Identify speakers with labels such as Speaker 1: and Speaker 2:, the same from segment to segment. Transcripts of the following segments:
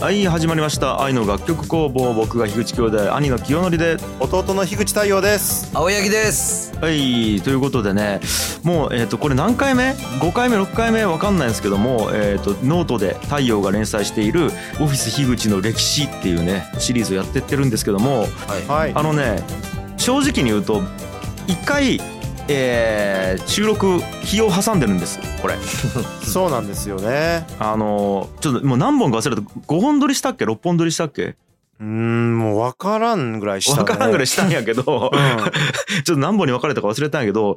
Speaker 1: はい始まりました愛の楽曲工房僕が樋口兄弟兄が清則で
Speaker 2: 弟の樋口太陽です
Speaker 3: 青柳です
Speaker 1: はいということでねもうえっ、とこれ何回目 ?5 回目6回目わかんないんですけどもえっ、とノートで太陽が連載している「オフィス樋口の歴史」っていうねシリーズをやってってるんですけども
Speaker 3: はい
Speaker 2: はい
Speaker 1: あのね正直に言うと一回えー収録日を挟んでるんですこれ
Speaker 2: そうなんですよね
Speaker 1: あのちょっともう何本か忘れた5本撮りしたっけ6本撮りしたっけ
Speaker 2: うーんもう分からんぐらいした、ね、
Speaker 1: 分からんぐらい
Speaker 2: し
Speaker 1: したんやけ ど、ちょっと何本に分かれたか忘れたんやけど、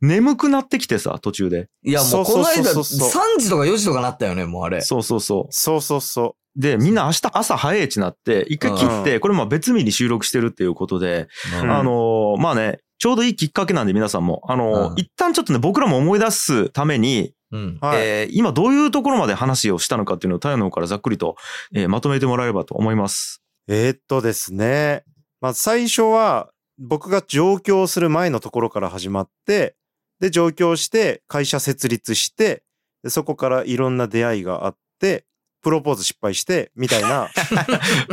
Speaker 1: 眠くなってきてさ、途中で。
Speaker 3: いやも
Speaker 2: そううそう
Speaker 3: この間
Speaker 2: そ
Speaker 3: 3
Speaker 2: うそう
Speaker 3: 時とか4時とかなったよねもうあれ
Speaker 1: そうそうそ。
Speaker 2: そうそうそう
Speaker 1: で、みんな明日朝早いちなって、一回切って、これまあ別日に収録してるっていうことで、
Speaker 2: うん
Speaker 1: あのーまあね、ちょうどいいきっかけなんで皆さんも、あのー
Speaker 3: うん
Speaker 1: 一旦ちょっとね、僕らも思い出すために、
Speaker 3: うん
Speaker 2: うはい、
Speaker 1: えー今どういうところまで話をしたのかっていうのを太陽の方からざっくりと、えーまとめてもらえればと思います。
Speaker 2: えーっとですね、まあ、最初は僕が上京する前のところから始まってで上京して会社設立してでそこからいろんな出会いがあってプロポーズ失敗してみた いな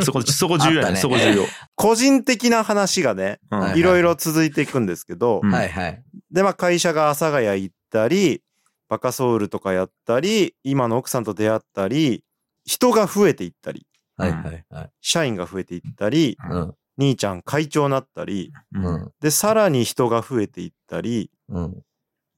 Speaker 1: そこ、そこ重要や
Speaker 3: あった
Speaker 1: ね。
Speaker 3: ね
Speaker 1: そこ重要。
Speaker 2: 個人的な話がね
Speaker 1: うん
Speaker 3: はい
Speaker 2: ろいろ続いていくんですけど、
Speaker 1: うん
Speaker 3: はいはい
Speaker 2: でまあ会社が阿佐ヶ谷行ったりバカソウルとかやったり今の奥さんと出会ったり人が増えていったり
Speaker 3: はいはいはい
Speaker 2: 社員が増えていったり
Speaker 3: うん
Speaker 2: 兄ちゃん会長になったり
Speaker 3: う
Speaker 1: うん
Speaker 3: ん
Speaker 2: でさらに人が増えていったり
Speaker 3: うん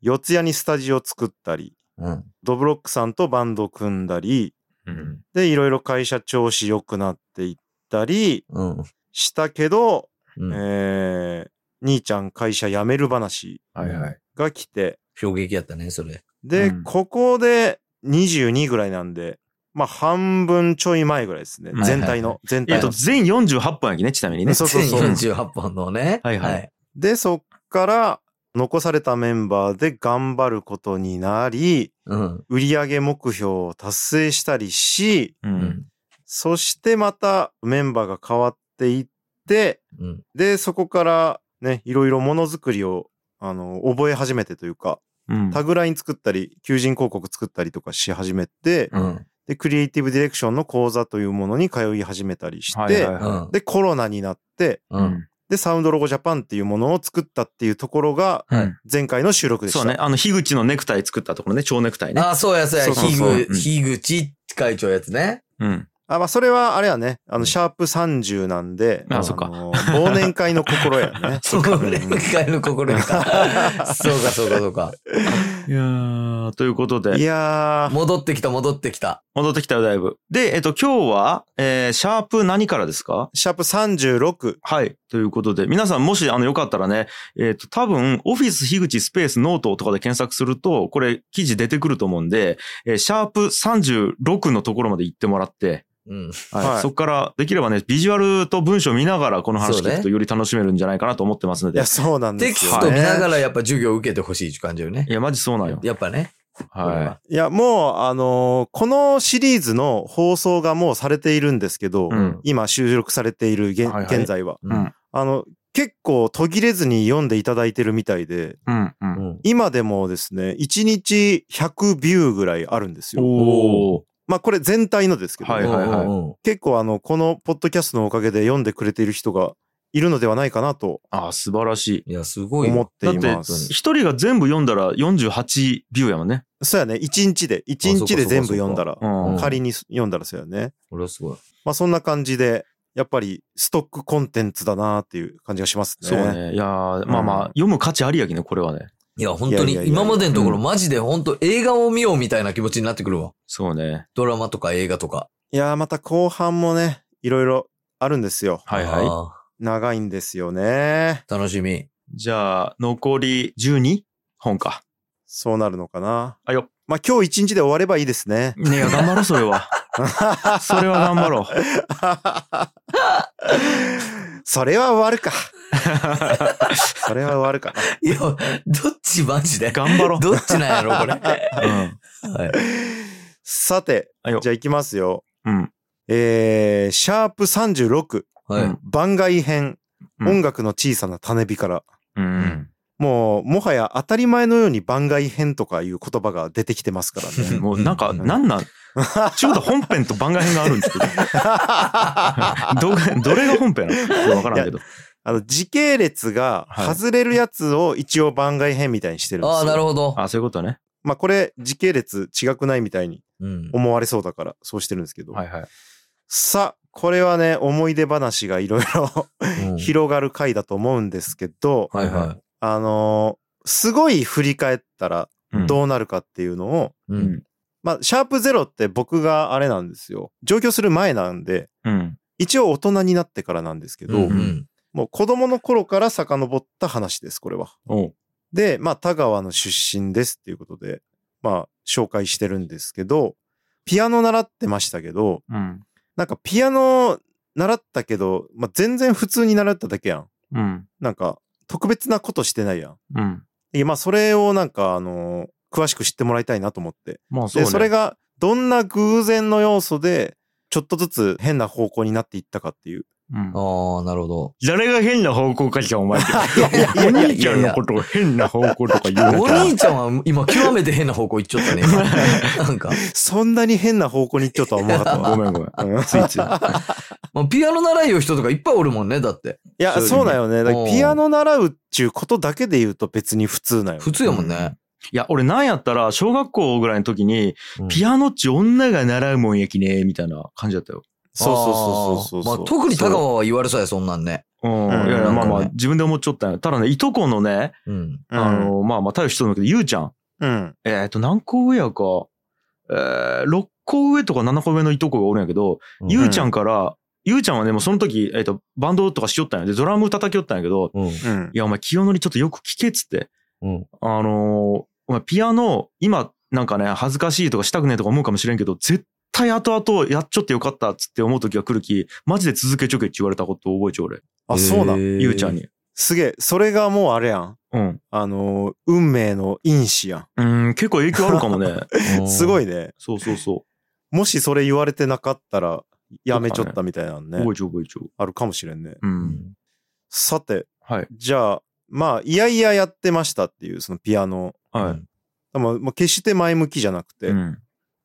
Speaker 2: 四谷にスタジオ作ったり
Speaker 3: うん
Speaker 2: ドブロックさんとバンド組んだり
Speaker 1: うん
Speaker 2: でいろいろ会社調子良くなっていったり
Speaker 3: うん
Speaker 2: したけど、
Speaker 3: うん
Speaker 2: えー兄ちゃん会社辞める話
Speaker 1: はいはい。
Speaker 2: が来て
Speaker 3: 衝撃やったねそれ
Speaker 2: で、
Speaker 1: うん
Speaker 2: ここで22ぐらいなんでまあ半分ちょい前ぐらいですね
Speaker 1: はい
Speaker 2: 全体
Speaker 3: はいは
Speaker 2: の全
Speaker 1: えっ
Speaker 2: 体
Speaker 1: と、
Speaker 2: の。
Speaker 1: 全48本やきね、ちなみにね。
Speaker 2: そうそうそう
Speaker 3: 1048本のね
Speaker 1: はいはい
Speaker 2: でそっから残されたメンバーで頑張ることになり
Speaker 3: うん
Speaker 2: 売上目標を達成したりし
Speaker 1: う
Speaker 3: うんん
Speaker 2: そしてまたメンバーが変わっていって、
Speaker 3: うん
Speaker 2: で、そこからね、いろいろものづくりを、あの、覚え始めてというか、
Speaker 1: うん
Speaker 2: タグライン作ったり、求人広告作ったりとかし始めて、
Speaker 3: うん
Speaker 2: で、クリエイティブディレクションの講座というものに通い始めたりして、
Speaker 1: はいはい
Speaker 3: うん
Speaker 1: は
Speaker 2: で、コロナになって、
Speaker 1: い
Speaker 3: うん
Speaker 2: で、サウンドロゴジャパンっていうものを作ったっていうところが、
Speaker 1: うん
Speaker 3: はい
Speaker 2: 前回の収録でした。
Speaker 1: そうね、あの、樋口のネクタイ作ったところね、蝶ネクタイね。
Speaker 3: ああ、そうや、そうや、
Speaker 2: そうそう
Speaker 3: ひ
Speaker 2: そう
Speaker 1: う
Speaker 3: ぐ、
Speaker 1: ん
Speaker 3: ひぐち会長やつね。
Speaker 1: うん。
Speaker 2: あ、まあ、それは、あれやね、あ
Speaker 3: う
Speaker 2: の、
Speaker 3: ん。
Speaker 2: シャープ30なんで、
Speaker 1: あそっか
Speaker 2: の忘年会の心やね
Speaker 3: その連会の心得か。そうか、そうか、そうか。
Speaker 1: いやーということ
Speaker 2: い
Speaker 1: で、
Speaker 2: やー、
Speaker 3: 戻ってきた、戻ってきた。
Speaker 1: 戻ってきたよ、だいぶ。で、えっと、今日は、えーシャープ何からですか
Speaker 2: シャープ36。
Speaker 1: はい。ということで、皆さんもし、あの、よかったらね、えっ、と、多分、オフィス樋口スペースノートとかで検索すると、これ、記事出てくると思うんで、えーシャープ36のところまで行ってもらって、
Speaker 3: うん。
Speaker 1: はい。
Speaker 2: はい
Speaker 1: そこから、できればね、ビジュアルと文章見ながら、この話
Speaker 3: そうね
Speaker 1: 聞くとより楽しめるんじゃないかなと思ってますの
Speaker 2: い
Speaker 1: で。
Speaker 2: や、そうなんで
Speaker 3: テ
Speaker 2: す
Speaker 3: キ
Speaker 2: よ、
Speaker 3: ス
Speaker 2: ね。
Speaker 3: ト見なが
Speaker 2: い
Speaker 3: らやっぱ授業受けてほしいって感じよね
Speaker 1: い。や、マジそうなんよ。
Speaker 3: やっぱね。これ
Speaker 1: は
Speaker 2: や、もう、あのーこのシリーズの放送がもうされているんですけど、
Speaker 1: うん
Speaker 2: 今収録されている現,、
Speaker 1: はいはい
Speaker 2: 現在は。
Speaker 3: うん
Speaker 2: あの、結構途切れずに読んでいただいてるみたいで、
Speaker 1: い。うん、うん。
Speaker 3: うん。
Speaker 2: 今でもですね、1日100ビューぐらいあるんですよ。
Speaker 1: おお。
Speaker 2: まあ、これ全体のですけど、
Speaker 1: はいはいはい
Speaker 3: うん
Speaker 2: 結構あの、このポッドキャストのおかげで読んでくれている人がいるのではないかなと
Speaker 1: ああ、素晴らしい。
Speaker 3: いや、すごい
Speaker 2: 思
Speaker 3: よ。
Speaker 2: ってい
Speaker 1: だ
Speaker 2: ま
Speaker 1: っ
Speaker 2: す。
Speaker 1: て、一人が全部読んだら48ビューやもんね。
Speaker 2: そうやね。一日で。一日で全部読んだら。
Speaker 1: うん。
Speaker 2: 仮に読んだらそうやね。
Speaker 3: これはすごい。
Speaker 2: まあそんな感じで、やっぱりストックコンテンツだなっていう感じがしますね。
Speaker 1: そうね。いやーまあまあ、
Speaker 2: うん
Speaker 1: 読む価値ありやきね、これはね。
Speaker 3: いや、本当に
Speaker 2: いやいやいや
Speaker 3: 今までのところ
Speaker 1: う
Speaker 3: マジで本当映画を見ようみたいな気持ちになってくるわ。
Speaker 1: そうね。
Speaker 3: ドラマとか映画とか。
Speaker 2: いやーまた後半もね、いろいろあるんですよ。
Speaker 1: はいは
Speaker 3: あ
Speaker 2: 長いんですよね。
Speaker 3: ー楽しみ。
Speaker 1: い。じゃあ、残り12本か。
Speaker 2: そうなるのかな。
Speaker 1: あよ。。
Speaker 2: まあ今日一日で終わればいいですね
Speaker 1: ねえ、頑張ろう、それ は。それは頑張ろう。
Speaker 2: それは終 わるか。それは終わるかな。
Speaker 3: いや、 どっちマジで
Speaker 1: 頑張ろ
Speaker 3: どっちなん やろ、これ。は
Speaker 1: う。うん。
Speaker 3: い。
Speaker 2: さて、
Speaker 1: あよ
Speaker 2: じ。ゃあ行きますよ。
Speaker 1: うん。
Speaker 2: えー、シャープ36。
Speaker 3: はい。
Speaker 1: うん
Speaker 2: 番外編、
Speaker 1: うん
Speaker 2: 音楽の小さな種火から。
Speaker 1: うん。
Speaker 2: もう、もはや当たり前のように番外編とかいう言葉が出てきてますからね。
Speaker 1: もうなんか、
Speaker 2: うん
Speaker 1: なんなん、ちょうど本編と番外編があるんです けど。どがどれが本編なのわからんけど。
Speaker 2: あの、時系列が
Speaker 1: はい
Speaker 2: 外れるやつを一応番外編みたいにしてるんですよ。
Speaker 3: ああ、なるほど。
Speaker 1: あそういうことね。
Speaker 2: まあこれ時系列違くないみたいに
Speaker 3: うん。
Speaker 2: 思われそうだからそうしてるんですけど。
Speaker 1: はいはい。
Speaker 2: さあ、これはね、思い出話がいろいろ
Speaker 3: うん
Speaker 2: 広がる回だと思うんですけど、
Speaker 3: はいは
Speaker 2: あのーすごい振り返ったら
Speaker 1: うん
Speaker 2: どうなるかっていうのを、
Speaker 3: い。う。
Speaker 1: うんん。
Speaker 2: まあ、シャープゼロって僕があれなんですよ。上京する前なんで、
Speaker 1: うん。
Speaker 2: 一応大人になってからなんですけど、
Speaker 3: うんうん
Speaker 2: もう子供の頃から遡った話です、これは。
Speaker 1: おう
Speaker 2: で、まあ、田川の出身ですっていうことで、まあ、紹介してるんですけど、ピアノ習ってましたけど、
Speaker 1: うん。
Speaker 2: なんかピアノ習ったけど、まあ、全然普通に習っただけやん。
Speaker 1: うん。
Speaker 2: なんか、特別なことしてないやん。
Speaker 1: うん。
Speaker 2: いやまあ、それをなんか、あのー詳しく知ってもらいたいなと思って。
Speaker 1: まあそうね。
Speaker 2: で、それが、どんな偶然の要素で、ちょっとずつ変な方向になっていったかっていう。
Speaker 1: うん
Speaker 3: ああ、なるほど。
Speaker 1: 誰が変な方向かじゃん、お 前って。
Speaker 3: いやいやいやいや
Speaker 1: お兄ちゃんのことを変な方向とか言う
Speaker 3: お
Speaker 1: な
Speaker 3: 兄ちゃんは今極めて変な方向行っちゃったね。今 なんか、
Speaker 2: そんなに変な方向に行っちゃうとは思わなかった わ
Speaker 1: ご。めんごめん。
Speaker 2: うん
Speaker 1: ついつい。
Speaker 3: まあ、ピアノ習いよ人とかいっぱいおるもんね、だって。
Speaker 2: いや、
Speaker 1: そ
Speaker 2: そううだよね。だから
Speaker 3: うん
Speaker 2: ピアノ習うっちゅうことだけで言うと別に普通なよ。
Speaker 3: 普通やもんね。
Speaker 1: いや、俺なんやったら、小学校ぐらいの時に、ピ
Speaker 3: ア
Speaker 1: アノっち女が習うもんやきね、みたいな感じだったよ。
Speaker 2: そうそうそうそうそうそう。
Speaker 3: まあ、特に高川は言われそうや、そんなんね。
Speaker 1: うん。
Speaker 2: ん
Speaker 1: いやい
Speaker 3: な
Speaker 1: や、
Speaker 3: ん
Speaker 1: ま
Speaker 3: か
Speaker 1: あ
Speaker 3: ね
Speaker 1: まあ、自分で思っちゃったんや。ただね、いとこのね、
Speaker 3: うん。
Speaker 2: うん、
Speaker 1: あの、まあまあ、大した人なんだけど、ゆうちゃん。
Speaker 2: うん。
Speaker 1: えっと、何個上やか、えー、6個上とか7個上のいとこがおるんやけど、ゆうちゃんから、ゆうちゃんはね、もうその時、えっと、バンドとかしよったんや。で、ドラム叩きよったんやけど、
Speaker 3: うん。
Speaker 2: うん
Speaker 1: い。や、お前、清則ちょっとよく聞けっつって。
Speaker 3: うん。
Speaker 1: あのーお前ピアノ、今、なんかね、恥ずかしいとかしたくねえとか思うかもしれんけど、絶対後々やっちょってよかったっつって思う時が来るき、マジで続けちょけって言われたことを覚えちゃう俺、
Speaker 2: あ、そうなん。
Speaker 1: ゆうちゃん。に。
Speaker 2: すげえ。それがもうあれやん。
Speaker 1: うん。
Speaker 2: あのー、運命の因子や
Speaker 1: うーん、結構影響あるか もね。
Speaker 2: ん。すご
Speaker 3: い。
Speaker 2: いね。
Speaker 1: そうそうそ
Speaker 2: もしそれ言われてなかったら、やめちゃったみたいなん
Speaker 1: う。
Speaker 2: ね。
Speaker 1: 覚えちゃう覚えちゃう。
Speaker 2: あるかもしれんね。
Speaker 1: う。
Speaker 3: うんん
Speaker 2: さて、
Speaker 1: はい。
Speaker 2: じゃあ、まあ、いやいややってましたっていう、そのピアノ。
Speaker 1: はい。
Speaker 2: でもまあ、決して前向きじゃなくて。
Speaker 1: うん。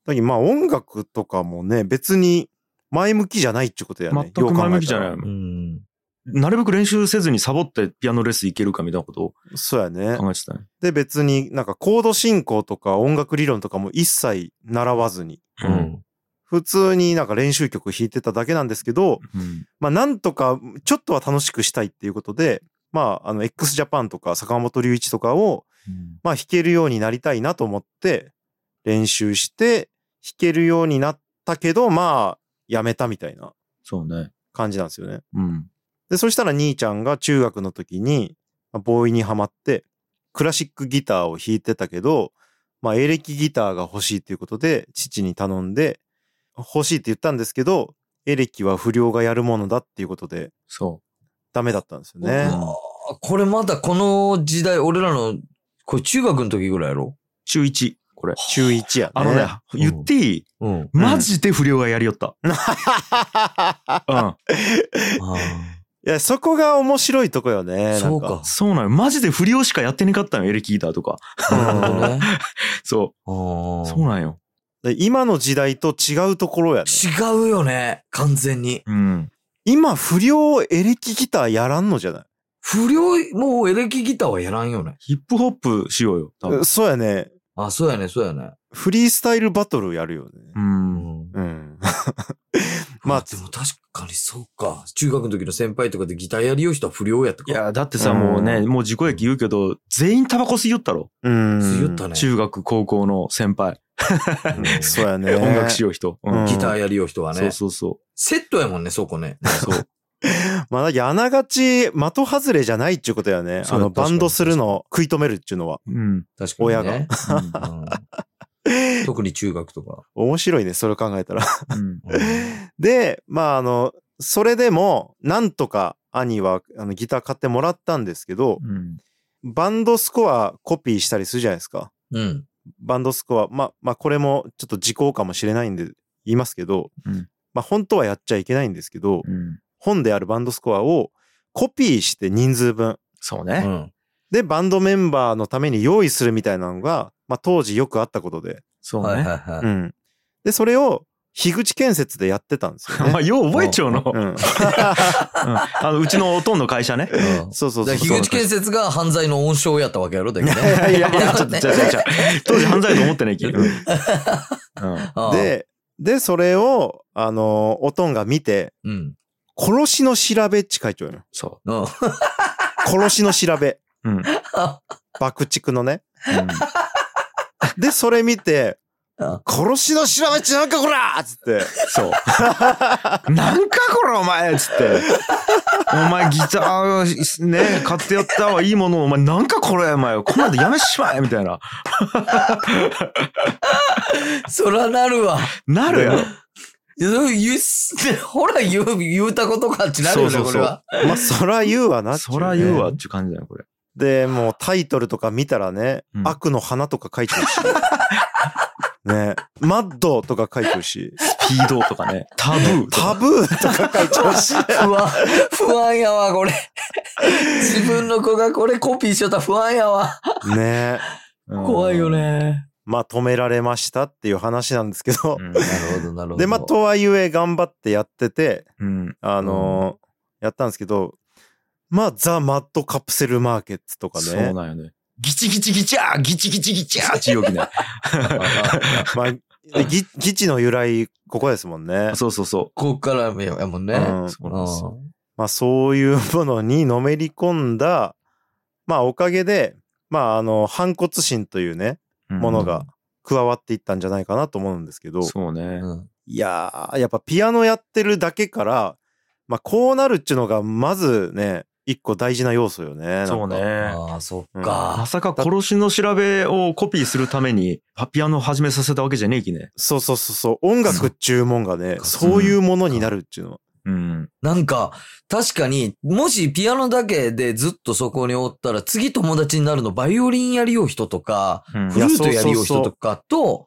Speaker 2: だけどまあ音楽とかもね、別に前向きじゃないってことやね。
Speaker 1: 全く前向きじゃ
Speaker 2: よう
Speaker 1: な
Speaker 2: 考
Speaker 1: い。
Speaker 3: うん。
Speaker 1: なるべく練習せずにサボってピアノレッスン行けるかみたいなことを
Speaker 2: えたら。そうやね。
Speaker 1: 考えてたね。
Speaker 2: で別になんかコード進行とか音楽理論とかも一切習わずに、
Speaker 3: う。ん。
Speaker 2: 普通になんか練習曲弾いてただけなんですけど、
Speaker 1: うん。
Speaker 2: まあなんとかちょっとは楽しくしたいっていうことで、まああの x ジャパンとか坂本龍一とかをまあ弾けるようになりたいなと思って練習して弾けるようになったけど、まあやめたみたいな
Speaker 1: そうね。
Speaker 2: 感じなんですよね。
Speaker 1: うん。
Speaker 2: で、そしたら兄ちゃんが中学の時に、まあボーイにはまって、クラシックギターを弾いてたけど、まあ、エレキギターが欲しいということで、父に頼んで、欲しいって言ったんですけど、エレキは不良がやるものだっていうことで、
Speaker 1: そ
Speaker 2: ダメだったんですよ
Speaker 3: う
Speaker 2: ね。
Speaker 3: わーこれまだこの時代、俺らの、これ中学の時ぐらいやろ
Speaker 1: う。中1、これ。
Speaker 2: 中1やね。
Speaker 1: あのね、言っていい
Speaker 3: うん。
Speaker 1: マジで不良がやりよった。うん。
Speaker 3: あ
Speaker 2: いや、そこが面白いとこよね。
Speaker 3: ー
Speaker 2: な
Speaker 3: そ
Speaker 2: ん
Speaker 3: うか。
Speaker 1: そうなの。マジで不良しかやってなかったのよ、エレキギターとか。
Speaker 3: なるほどね。
Speaker 1: そ
Speaker 3: あ
Speaker 1: う。
Speaker 3: ー
Speaker 1: そうなんよ。
Speaker 2: で今の時代と違うところやね。
Speaker 3: 違うよね、完全に。
Speaker 1: うん。
Speaker 2: 今、不良エレキギターやらんのじゃない
Speaker 3: 不良、もうエレキギターはやらんよね。
Speaker 1: ヒップホップしようよ、多分。
Speaker 2: そうやね。
Speaker 3: あ、そうやね、そうやね。
Speaker 2: フリースタイルバトルやるよね。
Speaker 1: うん。
Speaker 2: うん。 ま
Speaker 3: ま
Speaker 2: あ
Speaker 3: あ、でも確かにそうか。中学の時の先輩とかでギターやりよう人は不良やったか。
Speaker 1: い、や、だってさ、
Speaker 2: うん
Speaker 1: もうね、もう自己益言うけど、全員タバコ吸いよったろ。
Speaker 2: うん。
Speaker 3: 強ったね。
Speaker 1: 中学、高校の先輩。
Speaker 3: うん
Speaker 2: そうやね。
Speaker 1: 音楽しよう人。う
Speaker 2: うん
Speaker 1: ん。
Speaker 3: ギターやりよう人は
Speaker 1: そ
Speaker 3: ね
Speaker 1: う。そうそ
Speaker 3: セットやもんね、そこね。
Speaker 1: う。そう。
Speaker 2: まあ、あながち、的外れじゃないっていうことやね。
Speaker 1: そ
Speaker 2: あ
Speaker 1: うだ
Speaker 2: の、バンドするの食い止めるっていうのは。
Speaker 1: うん。
Speaker 3: 確かに、ね。
Speaker 2: 親が
Speaker 3: うん特に中学とか。
Speaker 2: 面白いね、それを考えたら。
Speaker 1: うん。
Speaker 3: うん
Speaker 2: で、まあ、あの、それでも、なんとか兄はあのギター買ってもらったんですけど、
Speaker 1: うん。
Speaker 2: バンドスコアコピーしたりするじゃないですか。
Speaker 3: うん。
Speaker 2: バンドスコア、まあ、まあ、これもちょっと時効かもしれないんで言いますけど、
Speaker 1: うん
Speaker 2: まあ、本当はやっちゃいけないんですけど、
Speaker 1: うん。
Speaker 2: 本であるバンドスコアをコピーして人数分。
Speaker 1: そう
Speaker 3: う
Speaker 1: ね。
Speaker 3: ん。
Speaker 2: で、バンドメンバーのために用意するみたいなのが、まあ当時よくあったことで。
Speaker 1: そう
Speaker 3: はい
Speaker 1: ね。
Speaker 3: はいは
Speaker 2: う
Speaker 3: い。
Speaker 2: ん。で、それを、樋口建設でやってたんで すよ、ね。
Speaker 1: まあ、よう覚えちゃうの。う
Speaker 2: うんん。
Speaker 1: あの、うちのおとんの会社ね。
Speaker 3: うん
Speaker 2: そうそうそうそう。
Speaker 3: だから樋口建設が犯罪の温床をやったわけやろだけど
Speaker 2: い
Speaker 3: ね。
Speaker 2: やいやいや、ちょっと、 ちょっと、ちょっ
Speaker 1: 当時犯罪と思ってないけど。うんうん
Speaker 3: あ
Speaker 2: と
Speaker 3: あ、
Speaker 2: で、で、それを、あの、おとんが見て、
Speaker 3: うん。
Speaker 2: 殺しの調べっち書いちゃうのよ。
Speaker 1: そ
Speaker 3: うん。
Speaker 2: 殺しの調べ。
Speaker 1: う。うん。うん
Speaker 2: 爆竹のね。で、それ見て
Speaker 3: うん、
Speaker 2: 殺しの調べっちなんかこらーっつって。
Speaker 1: そう。なんかこれお前っつって。お前ギターね、買ってやったわ、いいものをお前なんかこれお前、こんなんでやめしまえみたいな。
Speaker 3: そらなるわ。
Speaker 1: なるやろ。
Speaker 3: いやそれ言うっすほら言う、言うたことかってなるよね、
Speaker 1: そうそう
Speaker 3: こ
Speaker 1: そ
Speaker 3: れ
Speaker 1: う
Speaker 3: は。
Speaker 2: まあ、そら言うわなっていね
Speaker 1: そら言うわっていう感じだよ、これ。
Speaker 2: で、もうタイトルとか見たらね、
Speaker 1: うん
Speaker 2: 悪の花とか書いて るし。ね、マッドとか書いてるし、
Speaker 1: スピードとかね。タブーと
Speaker 2: タ
Speaker 1: か。
Speaker 2: ブーとか書いてる し。
Speaker 3: 不安、不安やわ、これ。自分の子がこれコピーしよったら不安やわ。
Speaker 2: ね。
Speaker 1: うん
Speaker 3: 怖いよ。ね。
Speaker 2: まあ、止められましたっていう話なんですけど
Speaker 1: う。ん
Speaker 3: なるほど、なるほど。
Speaker 2: で、まあ、 とはいえ頑張ってやってて、
Speaker 1: うん。
Speaker 2: あのーやったんですけど、まあ、ザ・マッドカプセルマーケットとか
Speaker 1: そう
Speaker 2: ね。
Speaker 1: なんよね。ギチギチギチャーギチギチギチャーっていうよきね。
Speaker 2: まあ、ぎ ギチの由来、ここですもんね。
Speaker 1: そうそうそ
Speaker 3: こっからやもんね。
Speaker 2: う
Speaker 1: う。
Speaker 2: ん
Speaker 1: そうなんですよ
Speaker 2: まあそういうものにのめり込んだ、まあおかげで、まああの、反骨心というね、
Speaker 1: うん
Speaker 2: ものが加わっていったんじゃないかなと思うんですけど、
Speaker 1: そうね。
Speaker 3: うん
Speaker 2: いやー、やっぱピアノやってるだけから、まあこうなるっちゅうのが、まずね、一個大事な要素よね。なんか
Speaker 1: そう。ね。
Speaker 3: ああ、そっ
Speaker 1: ま
Speaker 3: か。
Speaker 1: さか殺しの調べをコピーするために、パピアノを始めさせたわけじゃねえきね。
Speaker 2: そうそうそうそう。音楽っちゅうもんがね、
Speaker 3: そう
Speaker 2: そういうものになるっちゅうのは。
Speaker 1: うん。
Speaker 3: なんか、確かに、もしピアノだけでずっとそこにおったら、次友達になるの、バイオリンやりよう人とか、
Speaker 1: うん
Speaker 3: フルートやりよう人とかと、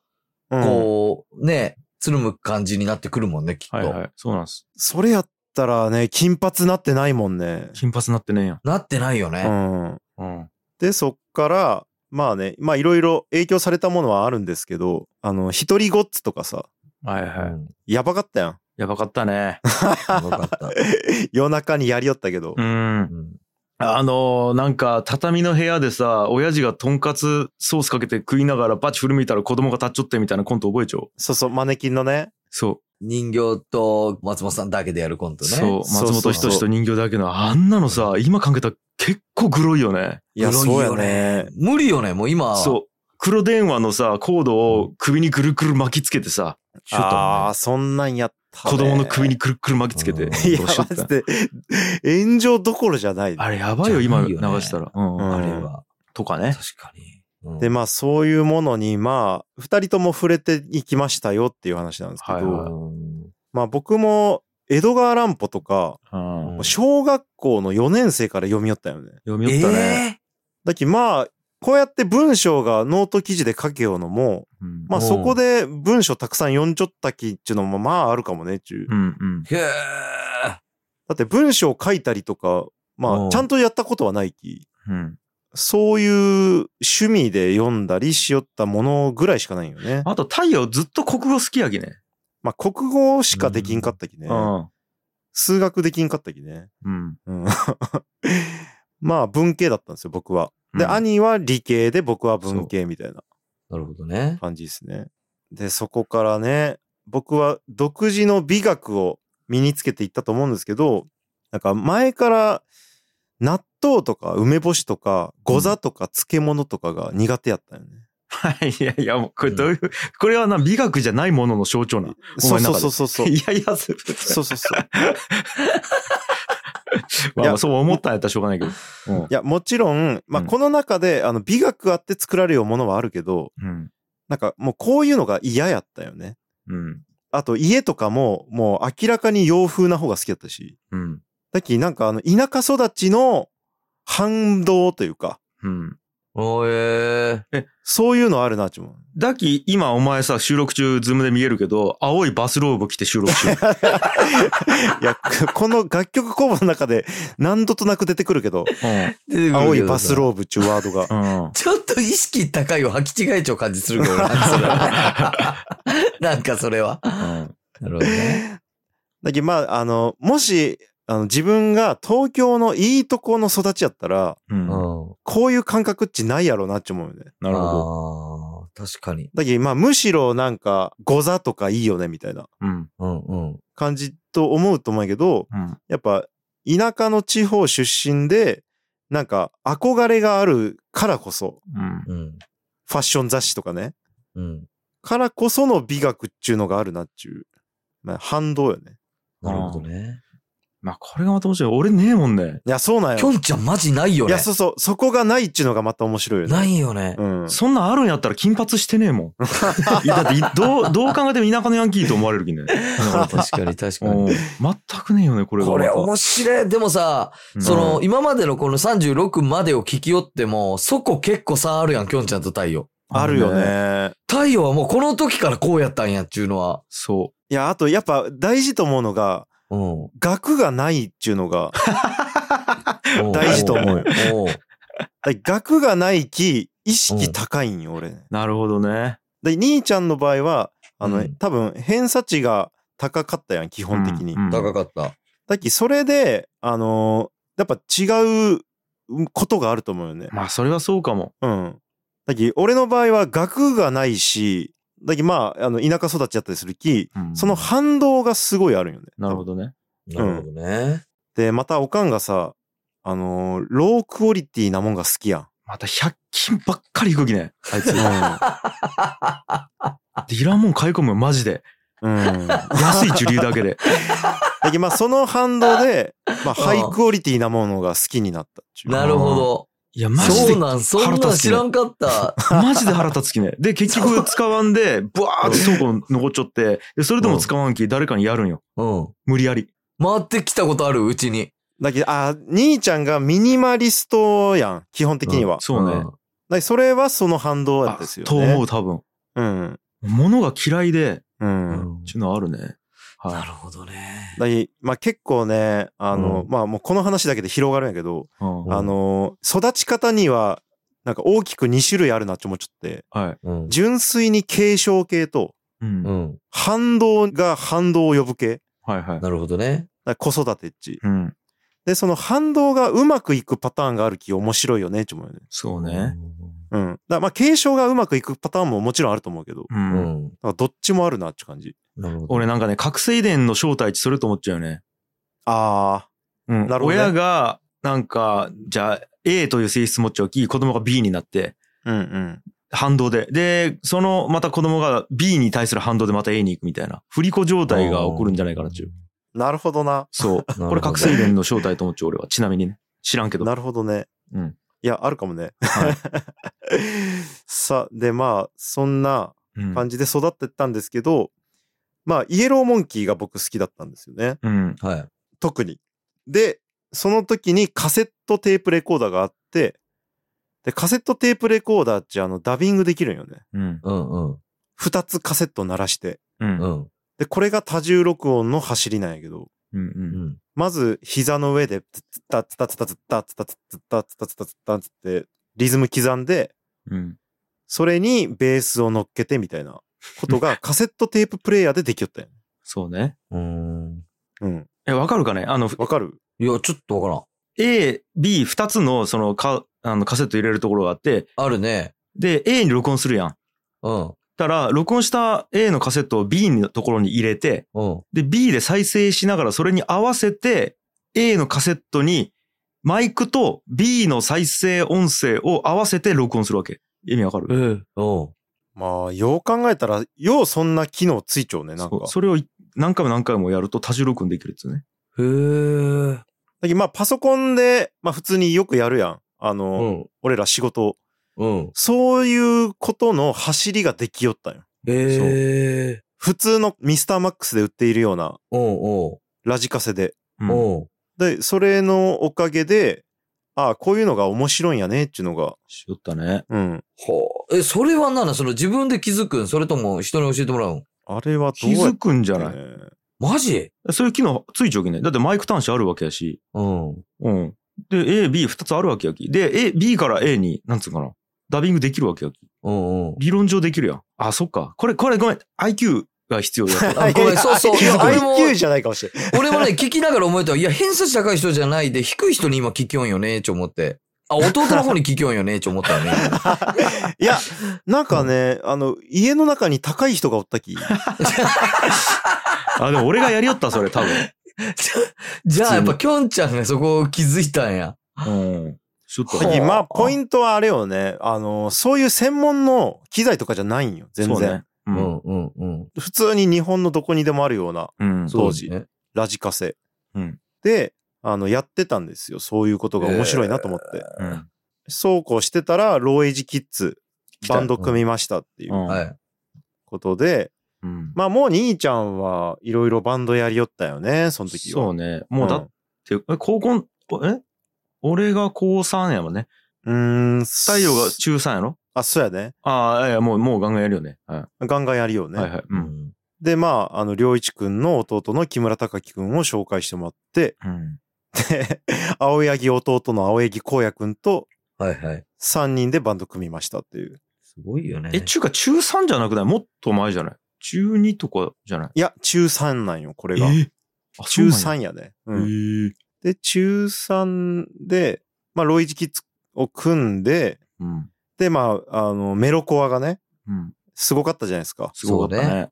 Speaker 2: うん
Speaker 3: こう、ね、つるむ感じになってくるもんね、きっと。
Speaker 1: はいはい。そうなんです。
Speaker 2: それやったらね、金髪なってないもんね。
Speaker 1: 金髪なってねえやん。
Speaker 3: なってないよね。
Speaker 2: うん。
Speaker 1: うん。
Speaker 2: でそっからまあねまあいろいろ影響されたものはあるんですけどあの「ひとりごっつ」とかさ
Speaker 1: はいはい。
Speaker 3: うん
Speaker 2: やばかったやん
Speaker 1: やばかったね。
Speaker 3: よかった。
Speaker 2: 夜中にやりよったけど、
Speaker 1: うん
Speaker 3: う。ん
Speaker 1: あのーなんか、畳の部屋でさ、親父がとんかつソースかけて食いながらバチ振り向いたら子供が立っちょってみたいなコント覚えちゃう。
Speaker 2: そうそうマネキンのね
Speaker 1: そ
Speaker 3: 人形と松本さんだけでやるコン
Speaker 1: う。
Speaker 3: トね。
Speaker 1: そう。
Speaker 2: そう
Speaker 1: 松本
Speaker 2: そう
Speaker 1: 人
Speaker 2: そう
Speaker 1: 志と人形だけの、あんなのさ、今考えたら結構グロいよね。
Speaker 2: いや
Speaker 3: 黒い
Speaker 2: そうや
Speaker 3: よ
Speaker 2: ね
Speaker 3: 無理よね、もう今は。
Speaker 1: そう。黒電話のさ、コードを首にぐるぐる巻きつけてさ、
Speaker 3: ちょっとね
Speaker 2: ああそんなんやった、ね、
Speaker 1: 子供の首にぐるぐる巻きつけて。
Speaker 3: うん
Speaker 1: どう
Speaker 2: いやマ
Speaker 1: しようっ
Speaker 2: ジ
Speaker 1: て
Speaker 2: で炎上どころじゃない
Speaker 1: あれやばいよ、今流したら。うん。
Speaker 2: うん
Speaker 1: あ
Speaker 3: あ
Speaker 1: れ
Speaker 3: れ
Speaker 1: は。
Speaker 3: は。
Speaker 1: とかね。
Speaker 3: 確かに。うん
Speaker 2: でまあそういうものにまあ2人とも触れていきましたよっていう話なんですけど、
Speaker 1: はいうは
Speaker 3: ん
Speaker 2: まあ僕も江戸川乱歩とか
Speaker 1: うん。
Speaker 2: 小学校の4年生から読みよったよね
Speaker 1: 読
Speaker 3: え
Speaker 1: みよったね。
Speaker 2: だけどまあこうやって文章がノート記事で書けようのも
Speaker 1: うん
Speaker 2: まあ
Speaker 3: うん
Speaker 2: そこで文章たくさん読んちょったきっちゅうのもまああるかもねっちゅう。
Speaker 1: うんうん。
Speaker 3: え。へえ。
Speaker 2: だって文章書いたりとかま
Speaker 3: う
Speaker 2: あ
Speaker 3: ん
Speaker 2: ちゃんとやったことはないき
Speaker 1: うん。
Speaker 2: そういう趣味で読んだりしよったものぐらいしかないよね。
Speaker 1: あと、太陽ずっと国語好きやきね。
Speaker 2: まあ国語しかできんかったきね
Speaker 1: う。ん。
Speaker 2: 数学できんかったきね。
Speaker 1: うん。
Speaker 2: うん まあ文系だったんですよ僕は。で
Speaker 1: うん
Speaker 2: 兄は理系で僕は文系みたいな。
Speaker 3: なるほどね。
Speaker 2: 感じですね。で、そこからね、僕は独自の美学を身につけていったと思うんですけど、なんか前から納豆とか梅干しとかござとか漬物とかが苦手やったよね。
Speaker 1: いやいや、もうこれどういう、これはな、美学じゃないものの象徴な。
Speaker 2: そうそうそうそうそう。
Speaker 1: いやいや、そ
Speaker 2: そうそ うそう。
Speaker 1: まあまあ、そう思ったんやったらしょうがないけど。うん
Speaker 2: いや、もちろん、まあ、
Speaker 1: うん
Speaker 2: この中で、あの、美学あって作られるものはあるけど、
Speaker 1: うん。
Speaker 2: なんかもうこういうのが嫌やったよね。
Speaker 1: うん。
Speaker 2: あと、家とかも、もう明らかに洋風な方が好きだったし。
Speaker 1: うん。
Speaker 2: だっきなんかあの田舎育ちの反動というか、
Speaker 1: うん。
Speaker 3: おえ
Speaker 2: そういうのあるな、ちも。
Speaker 1: ダキ、今お前さ、収録中、ズームで見えるけど、青いバスローブ着て収録 中。
Speaker 2: いや、この楽曲公募の中で何度となく出てくるけど、
Speaker 1: う
Speaker 3: ー、
Speaker 2: 青いバス
Speaker 3: ー。
Speaker 2: ローブっちゅうワードが。
Speaker 1: ん。うん。
Speaker 3: ちょっと意識高いを履き違えちゃう感じするけどな、それはなんかそれ は。
Speaker 1: うん。
Speaker 3: なるほどね。
Speaker 2: だけどまあ、あの、もし、あの、自分が東京のいいとこの育ちやったら、
Speaker 1: うん。
Speaker 3: うん。
Speaker 2: こういう感覚っちないやろなって思うよね。
Speaker 1: なるほど。
Speaker 3: ど。確かに。
Speaker 2: だけど、まあ、むしろなんか、ござとかいいよね、みたいな
Speaker 1: うん。
Speaker 3: うんうん。
Speaker 2: 感じと思うと思うんやけど、
Speaker 1: うん。
Speaker 2: やっぱ、田舎の地方出身で、なんか、憧れがあるからこそ、
Speaker 1: うん。
Speaker 3: うん。
Speaker 2: ファッション雑誌とかね、
Speaker 3: うん。
Speaker 2: からこその美学っちゅうのがあるなっちゅう、まあ、反動よね。
Speaker 3: なるほどね。
Speaker 1: まあ、これがまた面白い。俺ねえもんね。
Speaker 2: いや、そうなん
Speaker 3: きょ
Speaker 2: よ。
Speaker 3: んちゃんマジないよ
Speaker 2: い
Speaker 3: ね
Speaker 2: や、。そうそう、そこがないっちゅうのがまた面白いよね。
Speaker 3: ないよね。
Speaker 2: うん。
Speaker 1: そんなんあるんやったら金髪してねえ もん。いやだってい、どう、どう考えても田舎のヤンキーと思われるきね。
Speaker 3: 確かに確か
Speaker 1: うん
Speaker 3: に。
Speaker 1: 全くねえよね、これが
Speaker 3: こ
Speaker 1: また。
Speaker 3: れ面白い。でもさ、
Speaker 1: うん
Speaker 3: その、今までのこの36までを聞きよっても、そこ結構差あるやん、きょんちゃんと太陽。
Speaker 2: あるよ。ね。
Speaker 3: 太陽はもうこの時からこうやったんやっていうのは。
Speaker 1: そ
Speaker 2: いや、あと、やっぱ大事と思うのが、
Speaker 3: うん。
Speaker 2: 額がないっちゅうのが、大事と思うよ
Speaker 3: よ。
Speaker 2: だ額がないき、意識高いんよ、俺ね。
Speaker 1: う。なるほどね。
Speaker 2: で、兄ちゃんの場合は、あの、
Speaker 3: うん
Speaker 2: 多分、偏差値が高かったやん、基本的に。
Speaker 1: うんうん
Speaker 3: 高かった。
Speaker 2: だっき、それで、あのーやっぱ違うことがあると思うよね。
Speaker 1: まあ、それはそうかも。
Speaker 2: うん。だっき、俺の場合は額がないし、だっき、まあ、あの、田舎育ちだったりするき、
Speaker 1: うん
Speaker 2: その反動がすごいあるんよね。
Speaker 1: なるほどね。
Speaker 3: なるほどね。
Speaker 2: で、また、おかんがさ、あのーロークオリティなもんが好きやん。
Speaker 1: また100均ばっかり行くきね。あいつ。
Speaker 2: う
Speaker 1: でいらんもん買い込むよ、マジで。
Speaker 2: ん。 うん。だ
Speaker 1: 安い樹流だけで。
Speaker 2: っき、まあ、その反動で、まあ、
Speaker 3: うん
Speaker 2: ハイクオリティなものが好きになったっちゅう
Speaker 3: なるほど。
Speaker 1: いや、マジ
Speaker 3: そ
Speaker 1: で
Speaker 3: う、なん、そんなん知らんかった。
Speaker 1: マジで腹立つきね。で、結局使わんで、ブワーって倉庫に残っちゃって、でそれでも使わんき、誰かにやるんよ。
Speaker 3: うん。
Speaker 1: 無理やり。
Speaker 3: 回ってきたことあるうちに。
Speaker 2: だけど、あ、兄ちゃんがミニマリストやん、基本的には。
Speaker 1: そうね。
Speaker 2: だけどそれはその反動や
Speaker 1: あ
Speaker 2: ったですよね。
Speaker 1: と思う、多分。
Speaker 2: うん。
Speaker 1: 物が嫌いで、
Speaker 2: う。
Speaker 3: うんん。
Speaker 1: ちゅうのあるね。はい
Speaker 3: なるほどね。
Speaker 2: だけどまあ結構ね、あの、
Speaker 3: うん
Speaker 2: まあもうこの話だけで広がるんやけど、
Speaker 1: うん
Speaker 3: うん
Speaker 1: は
Speaker 2: あの、育ち方には、なんか大きく2種類あるなって思っちゃって、
Speaker 1: い。
Speaker 3: うん。
Speaker 2: 純粋に継承系と、
Speaker 1: うん。
Speaker 3: うん。
Speaker 2: 反動が反動を呼ぶ系。
Speaker 1: はいはい。
Speaker 3: なるほどね。
Speaker 2: だから子育てっち。
Speaker 1: うん。
Speaker 2: で、その反動がうまくいくパターンがあるき面白いよねって思うよね。
Speaker 1: そうね。
Speaker 2: うん。だからまあ継承がうまくいくパターンももちろんあると思うけど、
Speaker 1: う。
Speaker 3: うんん。
Speaker 2: なんかどっちもあるなって感じ。
Speaker 3: なるほど。
Speaker 1: 俺なんかね、覚醒遺伝の正体ってそれと思っちゃうよね。
Speaker 2: あ
Speaker 1: うん。
Speaker 2: なるほどね
Speaker 1: 親が、なんか、じゃあ、A という性質持っちゃうき、子供が B になって、
Speaker 2: あ。うんうん。
Speaker 1: 反動で。で、その、また子供が B に対する反動でまた A に行くみたいな。振り子状態が起こるんじゃないかなっていう。
Speaker 2: なるほどな。
Speaker 1: そう。
Speaker 3: ほど
Speaker 1: これ覚醒遺伝の正体と思っちゃう俺は。ちなみにね。知らんけど。
Speaker 2: なるほどね。
Speaker 1: うん。
Speaker 2: いや、あるかもね。
Speaker 1: は
Speaker 2: さあ、で、まあ、そんな
Speaker 1: うん
Speaker 2: 感じで育ってったんですけど、まあ、イエローモンキーが僕好きだったんですよね。
Speaker 1: うん。
Speaker 3: はい。
Speaker 2: 特に。で、その時にカセットテープレコーダーがあって、で、カセットテープレコーダーってあの、ダビングできるんよね。
Speaker 1: うん。
Speaker 3: うんうん。
Speaker 2: 二つカセット鳴らして。
Speaker 1: う。
Speaker 3: うんん。
Speaker 2: で、これが多重録音の走りなんやけど、
Speaker 1: うん。う。
Speaker 3: うんん。
Speaker 2: まず膝の上でツッタッツタッツタッツタッツタッツタッツタッツタッツタッツってリズム刻んで
Speaker 1: うん。
Speaker 2: それにベースを乗っけてみたいなことがカセットテーププレイヤーでできよったんや
Speaker 1: そうね。
Speaker 3: うん。
Speaker 2: うん
Speaker 1: え、わかるかねあの、
Speaker 2: わかる
Speaker 3: いや、ちょっとわか
Speaker 1: A、B、二つの、その、か、あの、カセット入れるところがあって、
Speaker 3: らん。あるね。
Speaker 1: で、A に録音するやん。
Speaker 3: うん。
Speaker 1: たら、録音した A のカセットを B のところに入れて、
Speaker 3: うん。
Speaker 1: で、B で再生しながら、それに合わせて、A のカセットに、マイクと B の再生音声を合わせて録音するわけ。意味わかる
Speaker 3: うん。うん。
Speaker 2: まあよう考えたらようそんな機能ついちゃうねなんか
Speaker 1: そうそれをい何回も何回もやると多重録音できるっつうね。
Speaker 3: へえ。
Speaker 2: だけどまあパソコンでまあ普通によくやるやんあ
Speaker 3: う
Speaker 2: の
Speaker 3: ん。
Speaker 2: 俺ら仕事
Speaker 3: うん。
Speaker 2: そういうことの走りができよったんよ
Speaker 3: へえ。
Speaker 2: 普通のミスターマックスで売っているような
Speaker 3: うんうん。
Speaker 2: ラジカセで
Speaker 1: うん
Speaker 3: うん。
Speaker 2: で、それのおかげで、ああ、こういうのが面白いんやねっていうのが、
Speaker 1: しよったね。
Speaker 2: うん。
Speaker 3: ほう。え、それは何なんその自分で気づくんそれとも人に教えてもらうん
Speaker 2: あれはど
Speaker 1: 気
Speaker 2: うやっ
Speaker 1: づくんじゃ
Speaker 2: じ
Speaker 1: ない、
Speaker 3: マジ
Speaker 1: そういう機能ついちゃうけんね。だってマイク端子あるわけやし。
Speaker 3: うん。
Speaker 1: うん。で、A、B 二つあるわけやき。で、A、B から A に、なんつうかな。ダビングできるわけやき。
Speaker 3: うん うん。
Speaker 1: 理論上できるやん。あ、そっか。これ、これごめん。IQ が必要や と。
Speaker 3: あごめんそうそう
Speaker 2: いや
Speaker 3: 俺も
Speaker 2: IQ じゃないかもしれない。
Speaker 3: 俺もね、聞きながら思えたわいや、偏差値高い人じゃないで、低い人に今聞きよんよね、ちょ思って。あ、弟の方に聞きよんよね、ちょ思ったよね。
Speaker 2: いや、なんかね、あの、家の中に高い人がおったき。
Speaker 1: あ、でも俺がやりよった、それ、多分。
Speaker 3: じゃじゃあ、やっぱ、きょんちゃんがそこを気づいたんや。
Speaker 1: うん。ちょっと。
Speaker 3: は
Speaker 2: まあ、ポイントはあれよね。あの、そういう専門の機材とかじゃないんよ、全
Speaker 1: そう
Speaker 2: 然。
Speaker 1: ね。う。
Speaker 3: うんんうんうん。
Speaker 2: 普通に日本のどこにでもあるような
Speaker 1: うん。
Speaker 2: そう
Speaker 3: そ
Speaker 2: 当時
Speaker 3: うね。
Speaker 2: ラジカセ。
Speaker 1: うん
Speaker 2: で、あの、やってたんですよ。そういうことが面白いなと思って。
Speaker 1: うん。
Speaker 2: そうこうしてたら、ローエイジキッズ、
Speaker 1: 来た。
Speaker 2: バンド組みましたっていううん
Speaker 3: はい。
Speaker 2: ことで、
Speaker 1: うん。
Speaker 2: まあもう兄ちゃんはいろいろバンドやりよったよね、その時は。
Speaker 1: そうね。もうだ
Speaker 2: う
Speaker 1: っ
Speaker 2: ん
Speaker 1: て、え高校、え俺が高3やもんね。
Speaker 2: うーん。太
Speaker 1: 太陽が中3やろ
Speaker 2: あ、そうやね。
Speaker 1: ああ、いや、もう、もうガンガンやるよね。は
Speaker 2: ガンガンやるよ
Speaker 1: い。
Speaker 2: ね。
Speaker 1: はいはい。うん。
Speaker 2: で、まあ、あの、良一くんの弟の木村隆樹くんを紹介してもらって、
Speaker 1: うん。
Speaker 2: で青柳弟の青柳光也くんと
Speaker 3: はいはい。
Speaker 2: 3人でバンド組みましたっていう。
Speaker 3: すごいよね。
Speaker 1: え、中華中3じゃなくないもっと前じゃない中2とかじゃない
Speaker 2: いや、中3なんよ、これが。
Speaker 1: えあ
Speaker 2: 中
Speaker 1: そう
Speaker 2: 3やね。う
Speaker 1: なんや
Speaker 2: ん。
Speaker 1: へえ
Speaker 2: で、中3で、まあ、ロイジキッズを組んで、
Speaker 1: うん。
Speaker 2: で、まあ、あの、メロコアがね、
Speaker 1: うん。
Speaker 2: すごかったじゃないですか。
Speaker 1: すごかったね。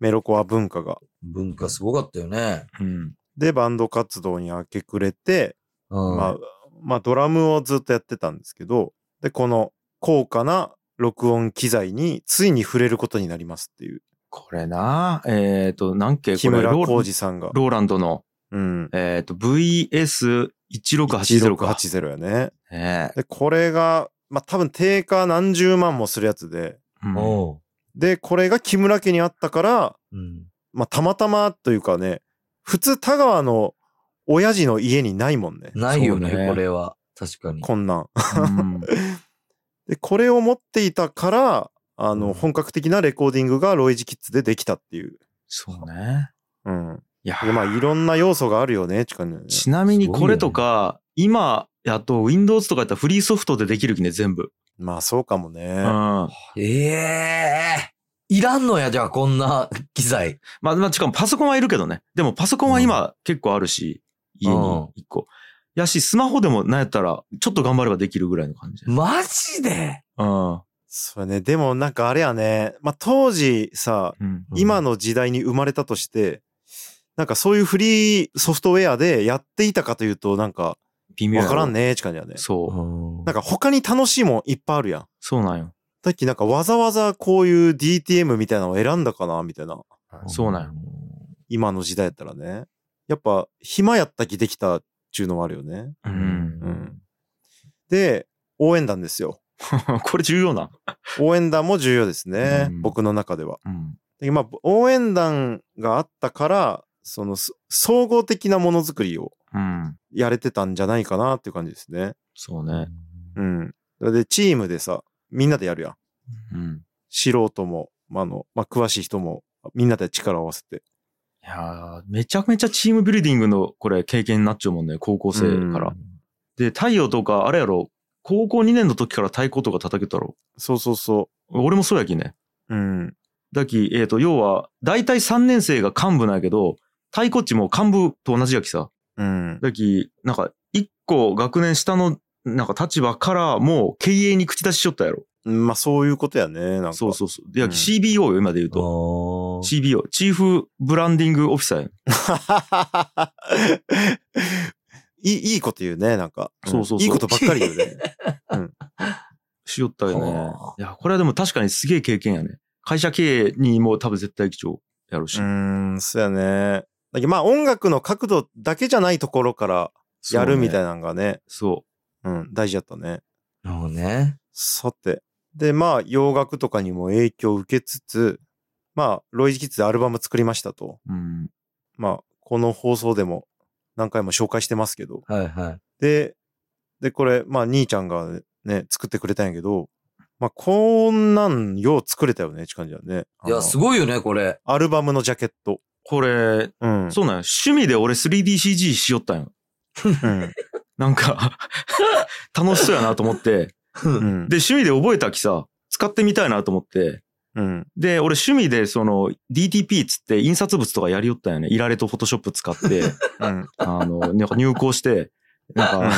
Speaker 2: メロコア文化が。
Speaker 3: 文化すごかったよね。
Speaker 1: うん。
Speaker 2: で、バンド活動に明け暮れて、
Speaker 3: うん。
Speaker 2: まあ、まあ、ドラムをずっとやってたんですけど、で、この高価な録音機材についに触れることになりますっていう、
Speaker 1: これな、えっと、何件
Speaker 2: 木
Speaker 1: これ、
Speaker 2: 村
Speaker 1: ロ
Speaker 2: 浩
Speaker 1: ー
Speaker 2: 二さんが。
Speaker 1: ローランドの、
Speaker 2: うん。
Speaker 1: えっと、VS1680 か。
Speaker 2: 1680やね。
Speaker 1: ねえ。
Speaker 2: で、これが、まあ、多分定価何十万もするやつで、
Speaker 1: うん
Speaker 3: おう
Speaker 2: で、これが木村家にあったから、
Speaker 3: うん。
Speaker 2: まあ、たまたまというかね、普通田川の親父の家にないもんね。
Speaker 3: ないよね、
Speaker 1: そうね
Speaker 3: これは。確かに。
Speaker 2: こんなん。
Speaker 1: うん
Speaker 2: で、これを持っていたから、あ
Speaker 3: う
Speaker 2: の、
Speaker 3: ん
Speaker 2: 本格的なレコーディングがロイジキッズでできたっていう。
Speaker 1: そうね。
Speaker 2: うん。
Speaker 1: いや、
Speaker 2: で、まあ、いろんな要素があるよね、ちかね。
Speaker 1: ちなみにこれとか、今、やっと Windows とかやったらフリーソフトでできるきね、全部。
Speaker 2: まあ、そうかもね
Speaker 1: うん。。ま
Speaker 3: ええいらんのや、じゃあ、こんな 機材。
Speaker 1: あ、まあ、しかもパソコンはいるけどね。でもパソコンは今結構あるし、家に
Speaker 3: うん
Speaker 1: 1個。やし、スマホでもなんやったら、ちょっと頑張ればできるぐらいの感じ。うん。
Speaker 3: マジで
Speaker 2: それね、でもなんかあれやね、まあ、当時さ、
Speaker 1: うん。
Speaker 2: 今の時代に生まれたとして、なんかそういうフリーソフトウェアでやっていたかというと、なんか、
Speaker 1: 微妙や
Speaker 2: わ
Speaker 1: ろ
Speaker 2: からん。ね、ちかねやね。
Speaker 1: そう。
Speaker 3: ん
Speaker 2: なんか他に楽しいもんいっぱいあるやん。
Speaker 1: そうなんよ。
Speaker 2: さっきなんかわざわざこういう DTM みたいなのを選んだかなみたいな。
Speaker 1: そうなんよ。
Speaker 2: 今の時代やったらね。やっぱ暇やったきできたっていうのもあるよね。
Speaker 1: う。
Speaker 3: うん
Speaker 2: うん。で、応援団ですよ。
Speaker 1: これ重要な。
Speaker 2: 応援団も重要ですね。
Speaker 1: うん
Speaker 2: 僕の中では。
Speaker 1: うん。
Speaker 2: でまあ、応援団があったから、そのそ総合的なものづくりを
Speaker 1: うん。
Speaker 2: やれてたんじゃないかなっていう感じですね。
Speaker 1: そうね。
Speaker 2: うん。で、チームでさ、みんなでやるやん。
Speaker 1: うん。
Speaker 2: 素人も、まああの、まあ、詳しい人も、みんなで力を合わせて。
Speaker 1: いやーめちゃめちゃチームビルディングのこれ経験になっちゃうもんね、高校生から。
Speaker 2: うん
Speaker 1: で、太陽とか、あれやろ、高校2年の時から太鼓とか叩けたろ。
Speaker 2: そうそうそ
Speaker 1: 俺もそうやきね。
Speaker 2: う。うん。
Speaker 1: だき、えっ、と、要は、大体3年生が幹部なんやけど、太鼓っちも幹部と同じやきさ。
Speaker 2: うん。
Speaker 1: だき、なんか、1個学年下の、なんか立場からもう経営に口出ししよったやろ。
Speaker 2: まあそういうことやね。なんか。
Speaker 1: そうそうそう。でやき
Speaker 2: うん
Speaker 1: CBO よ、今で言うと。
Speaker 3: と
Speaker 1: CBO、チーフブランディングオフィサーやん。
Speaker 2: い い、いいこと言うね、なんか。
Speaker 1: そうそうそうん
Speaker 2: いいことばっかり言うね。
Speaker 1: しよったよね
Speaker 3: はあ。
Speaker 1: いや、これはでも確かにすげえ経験やね。会社経営にも多分絶対貴重やろうし。
Speaker 2: うーん、そうやね。だけどまあ音楽の角度だけじゃないところからやるみたい
Speaker 1: な。
Speaker 2: なのがね、
Speaker 1: そ
Speaker 2: うん、大事だったね。
Speaker 3: そうね。
Speaker 2: さて。で、まあ洋楽とかにも影響を受けつつ、まあロイジキッズでアルバム作りましたと。
Speaker 1: う。うん。
Speaker 2: まあこの放送でも何回も紹介してますけど。
Speaker 3: はいはい。
Speaker 2: で、で、これ、まあ、兄ちゃんがね、作ってくれたんやけど、まあ、こんなんよう作れたよね、ちかんじゃんね。
Speaker 3: いや、す
Speaker 2: ごい。
Speaker 3: ごいよね、これ。
Speaker 2: アルバムのジャケット。
Speaker 1: これ、
Speaker 2: うん。
Speaker 1: そうなんよ趣味で俺 3DCG しよったんよ。
Speaker 2: うん。
Speaker 1: なん か、楽しそうやなと思って。
Speaker 2: うん。
Speaker 1: で、趣味で覚えたきさ、使ってみたいなと思って。
Speaker 2: うん。
Speaker 1: で、俺趣味でその DTP っつって印刷物とかやりよったんよね。いられとフォトショップ使って、
Speaker 2: うん。
Speaker 1: あの、なんか入稿して、なんか、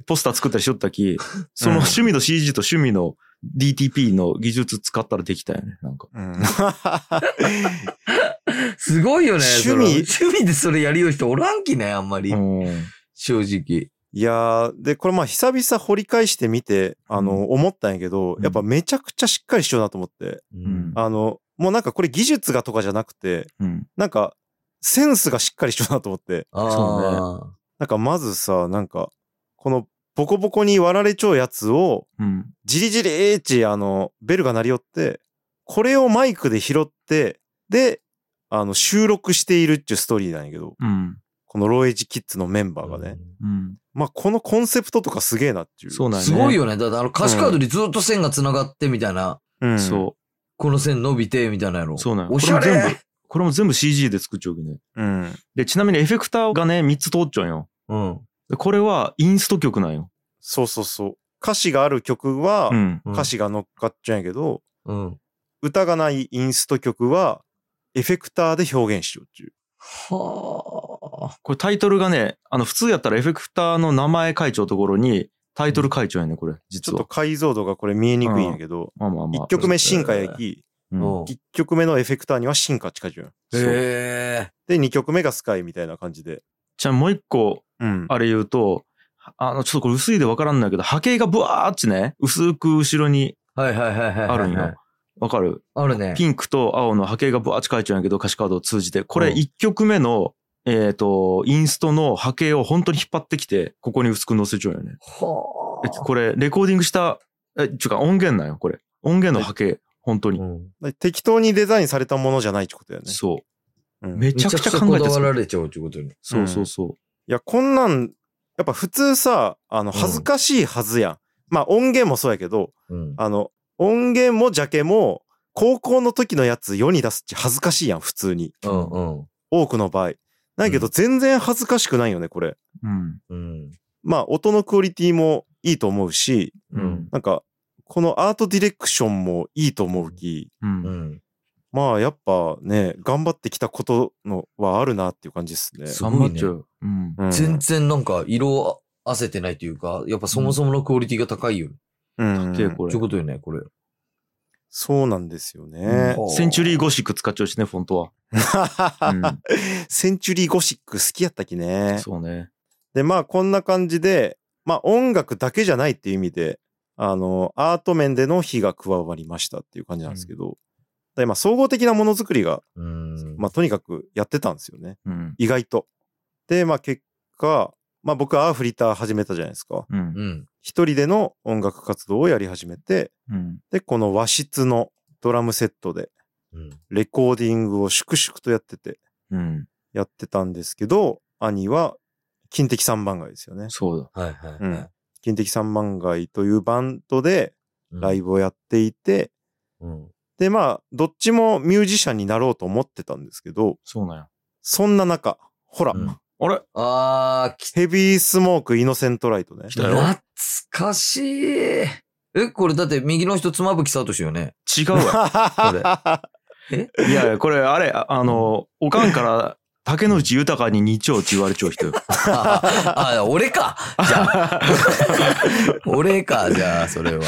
Speaker 1: ポスター作ったりしよったき、その趣味の CG と趣味の DTP の技術使ったらできたよね。なんか。
Speaker 2: うん。
Speaker 3: すごいよね。それ
Speaker 2: 趣味
Speaker 3: 趣味でそれやりよう人おらんきね、あんまり。
Speaker 1: うん
Speaker 3: 正直。
Speaker 2: いやー、で、これまあ久々掘り返してみて、あの、思ったんやけど、
Speaker 1: うん
Speaker 2: やっぱめちゃくちゃしっかりしようなと思って。
Speaker 1: ん
Speaker 2: あの、もうなんかこれ技術がとかじゃなくて、
Speaker 1: うん。
Speaker 2: なんか、センスがしっかりしようなと思って。
Speaker 3: ああ、
Speaker 2: なんかまずさ、なんか、このボコボコに割られちゃうやつを、
Speaker 1: うん。
Speaker 2: じりじりーち、あの、ベルが鳴り寄って、これをマイクで拾って、で、あの、収録しているっていうストーリーなんやけど、
Speaker 1: うん。
Speaker 2: このローエイジキッズのメンバーがね。
Speaker 1: うん。
Speaker 2: まあ、このコンセプトとかすげえなっていう。
Speaker 1: そうなんやね
Speaker 3: すごいよね。だってあの歌詞カードにずっと線が繋がってみたいな。
Speaker 2: うん。
Speaker 1: そ
Speaker 3: この線伸びてみたいなやろ。
Speaker 1: そうなんや
Speaker 3: おし
Speaker 1: こ
Speaker 3: ゃ
Speaker 1: れも全
Speaker 3: れ。
Speaker 1: う。これも全部 CG で作っちゃうきね。
Speaker 2: う。うん。
Speaker 1: で、ちなみにエフェクターがね、3つ通っちゃうんよ。
Speaker 3: うん。
Speaker 1: でこれはインスト曲なんよ。
Speaker 2: そうそうそう。歌詞がある曲は
Speaker 1: う、ん。
Speaker 2: 歌詞が乗っかっちゃうんやけど、
Speaker 3: うん。
Speaker 2: 歌がないインスト曲は、エフェクターで表現しようっていう。
Speaker 3: はあ。
Speaker 1: これタイトルがね、あの、普通やったらエフェクターの名前書いちゃうところに、タイトル書いちゃうよね、これ。
Speaker 2: ち
Speaker 1: 実
Speaker 2: ょっと
Speaker 1: は。
Speaker 2: 解像度がこれ見えにくいんやけど、
Speaker 1: まあまあまあ。
Speaker 2: 1曲目進化や
Speaker 1: う
Speaker 2: き、
Speaker 1: ん
Speaker 3: うん
Speaker 2: 1曲目のエフェクターには進化近いじゃん。
Speaker 3: へえ。
Speaker 2: で、2曲目がスカイみたいな感じで。
Speaker 1: じゃあもう一個、
Speaker 2: うん。
Speaker 1: あれ言うと、あの、ちょっとこれ薄いでわからんないけど、波形がブワーっちね、薄く後ろに
Speaker 3: はいはいはいはいはい。
Speaker 1: あるんよ。。わかる
Speaker 3: あるね。
Speaker 1: ピンクと青の波形がブワーっち書いちゃうんやけど、歌詞カードを通じて。これ
Speaker 3: うん
Speaker 1: 1曲目の、えっ、と、インストの波形を本当に引っ張ってきて、ここに薄く載せちゃうよね。
Speaker 3: は
Speaker 1: えこれ、レコーディングした、え、ちゅうか音源なんよ、これ。音源の波形、本当
Speaker 3: あ。
Speaker 1: に。
Speaker 3: うん
Speaker 2: 適当にデザインされたものじゃないってことだよね。
Speaker 1: そうう。
Speaker 2: ん、い
Speaker 1: めちゃくちゃ考えて
Speaker 3: めこだわ
Speaker 1: 作
Speaker 3: ら
Speaker 1: る
Speaker 3: れちゃうってことに。
Speaker 1: そうそうそ
Speaker 2: や、こんなん、やっぱ普通さ、あの、
Speaker 3: うん
Speaker 2: 恥ずかしいはずやん。まあ音源もそうやけど、
Speaker 3: うん。
Speaker 2: あの、音源もジャケも、高校の時のやつ世に出すって恥ずかしいやん、普通に。
Speaker 3: うんうん
Speaker 2: 多くの場合。ないけど、
Speaker 3: う
Speaker 2: 全然恥ずかしくないよね、これ。
Speaker 1: う。うん。
Speaker 3: うん。
Speaker 2: まあ、音のクオリティもいいと思うし、
Speaker 3: うん。
Speaker 2: なんか、このアートディレクションもいいと思うき、
Speaker 1: う。
Speaker 3: うんん。
Speaker 2: まあ、やっぱね、頑張ってきたことのはあるなっていう感じですね。
Speaker 3: す
Speaker 1: 頑張っちゃう。うん。
Speaker 2: うん
Speaker 3: 全然なんか色あせてないというか、やっぱそもそものクオリティが高いよ。
Speaker 2: うん
Speaker 1: で、こ
Speaker 3: っ
Speaker 1: れ
Speaker 3: て。ことよね、これ。
Speaker 2: そうなんですよね。
Speaker 3: うん
Speaker 1: センチュリーゴシック使っちゃうしね、フォント は。うん。
Speaker 2: センチュリーゴシック好きやったきね。
Speaker 1: そうね。
Speaker 2: で、まあこんな感じで、まあ音楽だけじゃないっていう意味で、あの、アート面での火が加わりましたっていう感じなんですけど、でまあ総合的なものづくりが、
Speaker 3: うん。
Speaker 2: まあとにかくやってたんですよね。
Speaker 1: うん。
Speaker 2: 意外と。で、まあ結果、まあ僕はアーフリター始めたじゃないですか。
Speaker 1: うん
Speaker 3: う。ん。
Speaker 2: 一人での音楽活動をやり始めて、
Speaker 1: うん。
Speaker 2: で、この和室のドラムセットで
Speaker 3: うん。
Speaker 2: レコーディングを粛々とやってて、
Speaker 1: うん。
Speaker 2: やってたんですけど、兄は金的三番街ですよね。
Speaker 1: そうだ。
Speaker 3: はいはい
Speaker 2: うん
Speaker 3: はい。
Speaker 2: 金的三番街というバンドでライブをやっていて、
Speaker 3: うん。
Speaker 2: で、まあ、どっちもミュージシャンになろうと思ってたんですけど、
Speaker 1: そうなんや。
Speaker 2: そんな中、ほら、
Speaker 3: うん
Speaker 1: あれ
Speaker 3: あー、き
Speaker 2: ヘビースモーク、イノセントライトね。
Speaker 1: 来たよ
Speaker 3: 懐かしい。え、これだって右の人妻夫木聡よね。
Speaker 1: 違う わ。いやいや、これ、あれ、ああの、おかんから、竹野内豊に似ちょうって言われちゃう人よ。
Speaker 3: ああ、あ俺か。じゃあ。俺か、じゃあ、それは。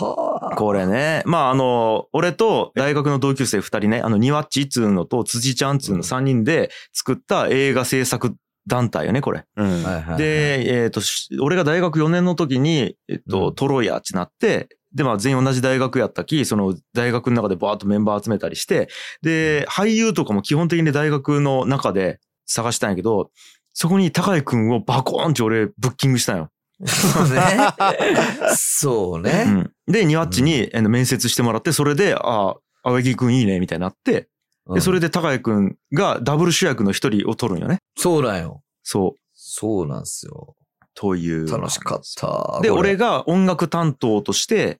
Speaker 3: はあ。
Speaker 1: これね。まあ、あの、俺と大学の同級生二人ね、あの、ニワッチっつうのと辻ちゃんっつうの三人で作った映画制作団体よね、これ。
Speaker 2: うん
Speaker 3: はいはいはい、
Speaker 1: で、えっ、と、し俺が大学4年の時に、えっ、と、
Speaker 3: うん
Speaker 1: トロイヤーってなって、で、まあ全員同じ大学やったき、その大学の中でバーッとメンバー集めたりして、で、俳優とかも基本的に大学の中で探したんやけど、そこに高井くんをバコーンって俺ブッキングしたんよ。
Speaker 3: そうね。そう
Speaker 1: う
Speaker 3: ね。
Speaker 1: ん、で、ニワッチにえー面接してもらって、それで、ああ、青柳くんいいね、みたいになって、で、それ
Speaker 3: で。
Speaker 1: で高井くんがダブル主役の一人を取るんよね。
Speaker 3: そうなんよ。
Speaker 1: そう。
Speaker 3: そうなんすよ。
Speaker 1: という。
Speaker 3: 楽しかった。
Speaker 1: で、
Speaker 3: これ
Speaker 1: 俺、が音楽担当として、
Speaker 3: うん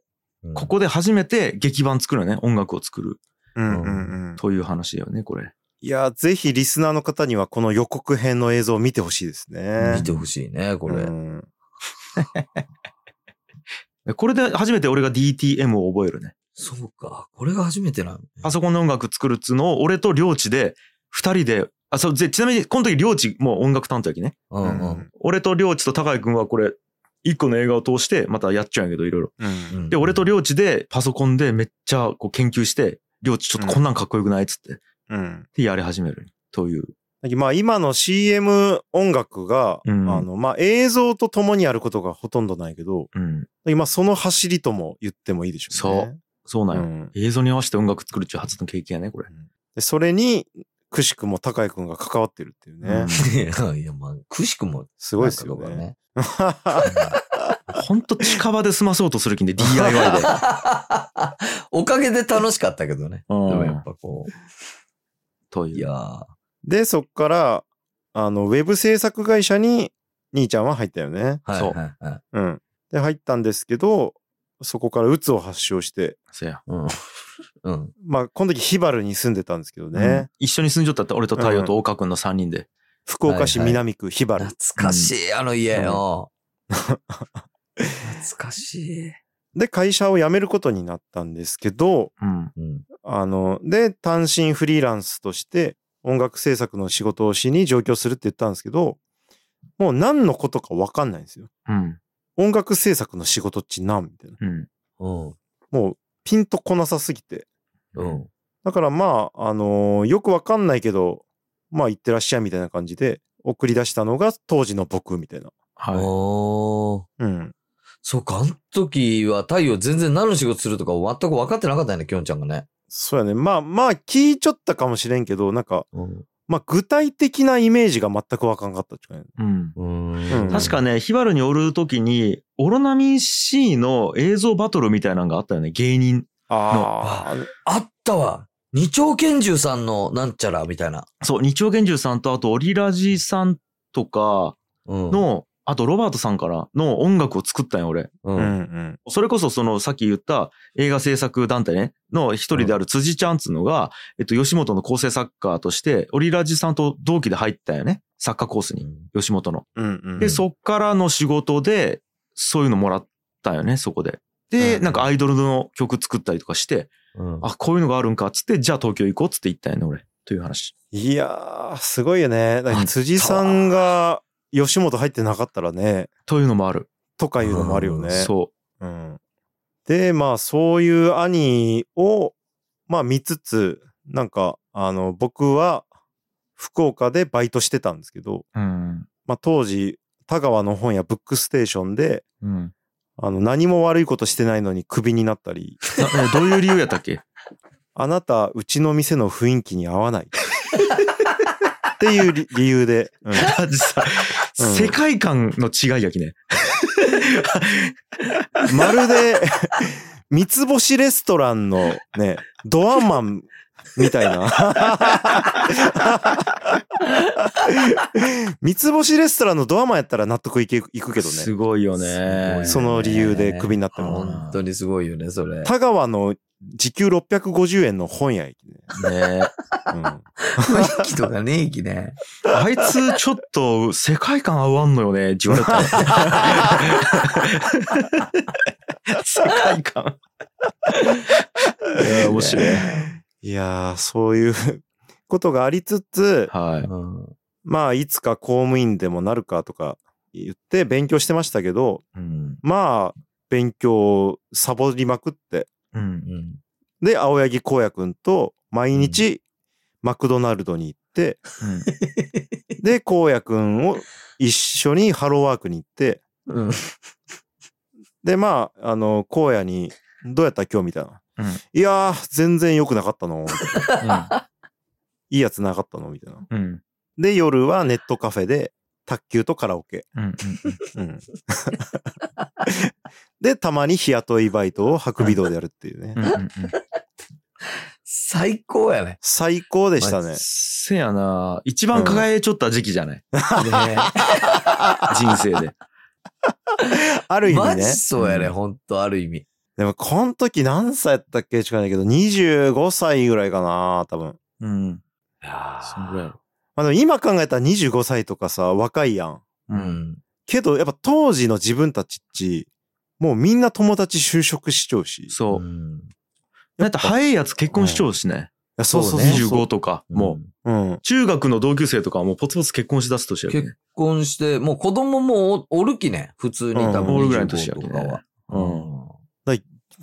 Speaker 1: ここで初めて劇版作るね。音楽を作る。
Speaker 2: うんうんうん。
Speaker 1: という話だよね、これ。
Speaker 2: いや、ぜひリスナーの方にはこの予告編の映像を見てほしいですね。
Speaker 3: 見てほしいね、こ
Speaker 2: う
Speaker 3: れ。
Speaker 2: ん
Speaker 1: でこれで初めて俺が DTM を覚えるね。
Speaker 3: そうか。これが初めてなん
Speaker 1: パソコンの音楽作るっつうのを、俺と領地で、二人で、あ、そう、ぜちなみに、この時領地も音楽担当やきね。
Speaker 3: う
Speaker 2: うん
Speaker 3: うんん。
Speaker 1: 俺と領地と高井くんはこれ、一個の映画を通して、またやっちゃうんやけど、いろいろ。
Speaker 2: うん
Speaker 1: で、俺と領地でパソコンでめっちゃこう研究して、領地ちょっとこんなんかっこよくないっつって、
Speaker 2: うん
Speaker 1: で、やり始める。という。
Speaker 2: まあ今の CM 音楽が、
Speaker 1: うん
Speaker 2: あのまあ映像と共にやることがほとんどないけど、
Speaker 1: うん。
Speaker 2: 今その走りとも言ってもいいでしょね。
Speaker 1: そうなんよ。
Speaker 2: うん
Speaker 1: 映像に合わせて音楽作るっていう初の経験やね、これ。
Speaker 2: でそれに、くしくも高井くんが関わってるっていうね。
Speaker 1: うん
Speaker 3: いや、まあ、くしくも。
Speaker 2: すごいですよ
Speaker 3: なんかどうか
Speaker 2: ね。。う
Speaker 1: ほんと近場で済まそうとする 気で DIY で。
Speaker 3: おかげで楽しかったけどね。
Speaker 1: うん
Speaker 3: でもやっぱこ
Speaker 1: と
Speaker 3: う。
Speaker 1: い。
Speaker 3: いうやー
Speaker 2: で、そっから、あの、ウェブ制作会社に兄ちゃんは入ったよね。
Speaker 3: はい
Speaker 1: そう
Speaker 3: はいはい。
Speaker 2: うん。で、入ったんですけど、そこから鬱を発症して、
Speaker 1: せや。
Speaker 3: うん。 うん。
Speaker 2: まあ、この時ヒバルに住んでたんですけどね。
Speaker 1: うん一緒に住んじょったって、俺と太陽と岡くんの3人で。
Speaker 2: 福岡市
Speaker 3: はいはい
Speaker 2: 南区ヒバル。
Speaker 3: 懐かしい、あの家よ。 懐かしい。
Speaker 2: で、会社を辞めることになったんですけど、
Speaker 1: うん。
Speaker 3: うん。
Speaker 2: あの、で、単身フリーランスとして音楽制作の仕事をしに上京するって言ったんですけど、もう何のことかわかんないんですよ。
Speaker 1: うん。
Speaker 2: 音楽制作の仕事っちなんみたいな。
Speaker 1: うん。
Speaker 3: うん。
Speaker 2: もうピンとこなさすぎて。
Speaker 3: うん。
Speaker 2: だからまあ、あのーよくわかんないけど、まあ行ってらっしゃいみたいな感じで送り出したのが当時の僕みたいな。
Speaker 1: は
Speaker 3: おー。
Speaker 2: うん。
Speaker 3: そうか、あの時は太陽全然何の仕事するとか全く分かってなかったよね、きょんちゃんがね。
Speaker 2: そうやね。まあまあ聞いちょったかもしれんけど、なんか、
Speaker 3: うん。
Speaker 2: まあ具体的なイメージが全くわかんかったっちゅうかね。
Speaker 1: い。うん。
Speaker 2: うん
Speaker 1: 確かね、ヒバルにおるときに、オロナミン C の映像バトルみたいなのがあったよね。芸人。
Speaker 2: あー
Speaker 3: あったわ。二丁拳銃さんのなんちゃらみたいな。
Speaker 1: そう、日曜拳銃さんと、あと、オリラジさんとか
Speaker 3: うん。
Speaker 1: の、あと、ロバートさんからの音楽を作ったんよ、俺。
Speaker 3: う。
Speaker 2: うんうんん。
Speaker 1: それこそそのさっき言った映画制作団体ね、の一人である辻ちゃんっつうのが、えっと、吉本の構成作家として、オリラジさんと同期で入ったよね。作家コースに。吉本の。
Speaker 2: うんうん。
Speaker 1: で、そっからの仕事で、そういうのもらったよね、そこで。で、
Speaker 2: うん
Speaker 1: なんかアイドルの曲作ったりとかして、
Speaker 3: うん。
Speaker 1: あ、こういうのがあるんかっつって、じゃあ東京行こうっつって行ったよね、俺。という話。
Speaker 2: いやー、すごいよね。だか
Speaker 1: あ
Speaker 2: ら辻さんが吉本入ってなかったらね、
Speaker 1: というのもある。
Speaker 2: とかいうのもあるよね。
Speaker 1: そ
Speaker 2: うんで、まあそういう兄を、まあ見つつ、なんか、あの、僕は福岡でバイトしてたんですけど、
Speaker 1: う。うん。
Speaker 2: まあ当時、田川の本屋ブックステーションで、
Speaker 1: うん。
Speaker 2: あの、何も悪いことしてないのにクビになったり、
Speaker 1: なえどういう理由やったっけ
Speaker 2: あなた、うちの店の雰囲気に合わない。っていう理理由で、うん
Speaker 1: マジさ、
Speaker 2: うん
Speaker 1: 世界観の違いやきね。
Speaker 2: まるで、三つ星レストランのね、ドアマンみた いな。三つ星レストランのドアマンやったら納得いけいくけど
Speaker 1: す
Speaker 2: ね。
Speaker 1: ごいよ
Speaker 3: すごい
Speaker 1: ね。
Speaker 2: その理由でクビになったもん。
Speaker 3: 本当にすごいよね、そ れ。
Speaker 2: 田川の時給650円の本屋行きね。
Speaker 1: ね
Speaker 2: うん
Speaker 3: 雰囲気とかねえきね。
Speaker 1: あいつちょっと世界観合わんのよね、って言われた。世界観。いや面白い。
Speaker 2: いやー、そういうことがありつつ、
Speaker 1: は
Speaker 3: うん。
Speaker 2: まあ、いつか公務員でもなるかとか言って勉強してましたけど、
Speaker 1: い。うん。
Speaker 2: まあ、勉強をサボりまくって、
Speaker 1: うん。
Speaker 3: うん。
Speaker 2: で、青柳光也くんと毎日マクドナルドに行って、で、光也くんを一緒にハローワークに行って、
Speaker 3: うん。
Speaker 2: で、まあ、あの、光也に、どうやった今日みたいな。
Speaker 1: うん
Speaker 2: いやー、全然良くなかったの。 いいやつなかったのみたいな。
Speaker 1: うん。うん。
Speaker 2: で、夜はネットカフェで、卓球とカラオケ。
Speaker 1: うん。
Speaker 2: うん。 で、たまに日雇いバイトを白尾堂でやるっていうね
Speaker 1: う。ん。うん。
Speaker 3: 最高やね。
Speaker 2: 最高でしたね。
Speaker 1: せやな一番輝いちょった時期じゃない、
Speaker 3: ね
Speaker 1: 人生で。
Speaker 2: ある意
Speaker 3: マ
Speaker 2: 味ね
Speaker 3: ジ。そうやね、
Speaker 1: うん
Speaker 3: ほんと、ある意味。
Speaker 2: でも、この時何歳やったっけしかないけど、25歳ぐらいかな、多分。
Speaker 1: うん。
Speaker 3: いや
Speaker 1: そんぐらいやろ。
Speaker 2: まあでも今考えたら25歳とかさ、若いやん。
Speaker 3: ーうん。
Speaker 2: けど、やっぱ当時の自分たちっち、もうみんな友達就職しちゃうし。
Speaker 1: そうう。
Speaker 3: ん
Speaker 1: なんか早いやつ結婚しちゃうしね。
Speaker 2: いやそうそうそうそう。
Speaker 1: 25とか、もう。
Speaker 2: うん。
Speaker 1: 中学の同級生とかはもうポツポツ結婚しだす年やけどね
Speaker 3: 結婚して、もう子供もおおるきね。普通に多分
Speaker 1: うんおるぐらいの年や
Speaker 3: 25
Speaker 1: け
Speaker 3: と
Speaker 1: ど
Speaker 3: かは
Speaker 1: ね。
Speaker 3: うん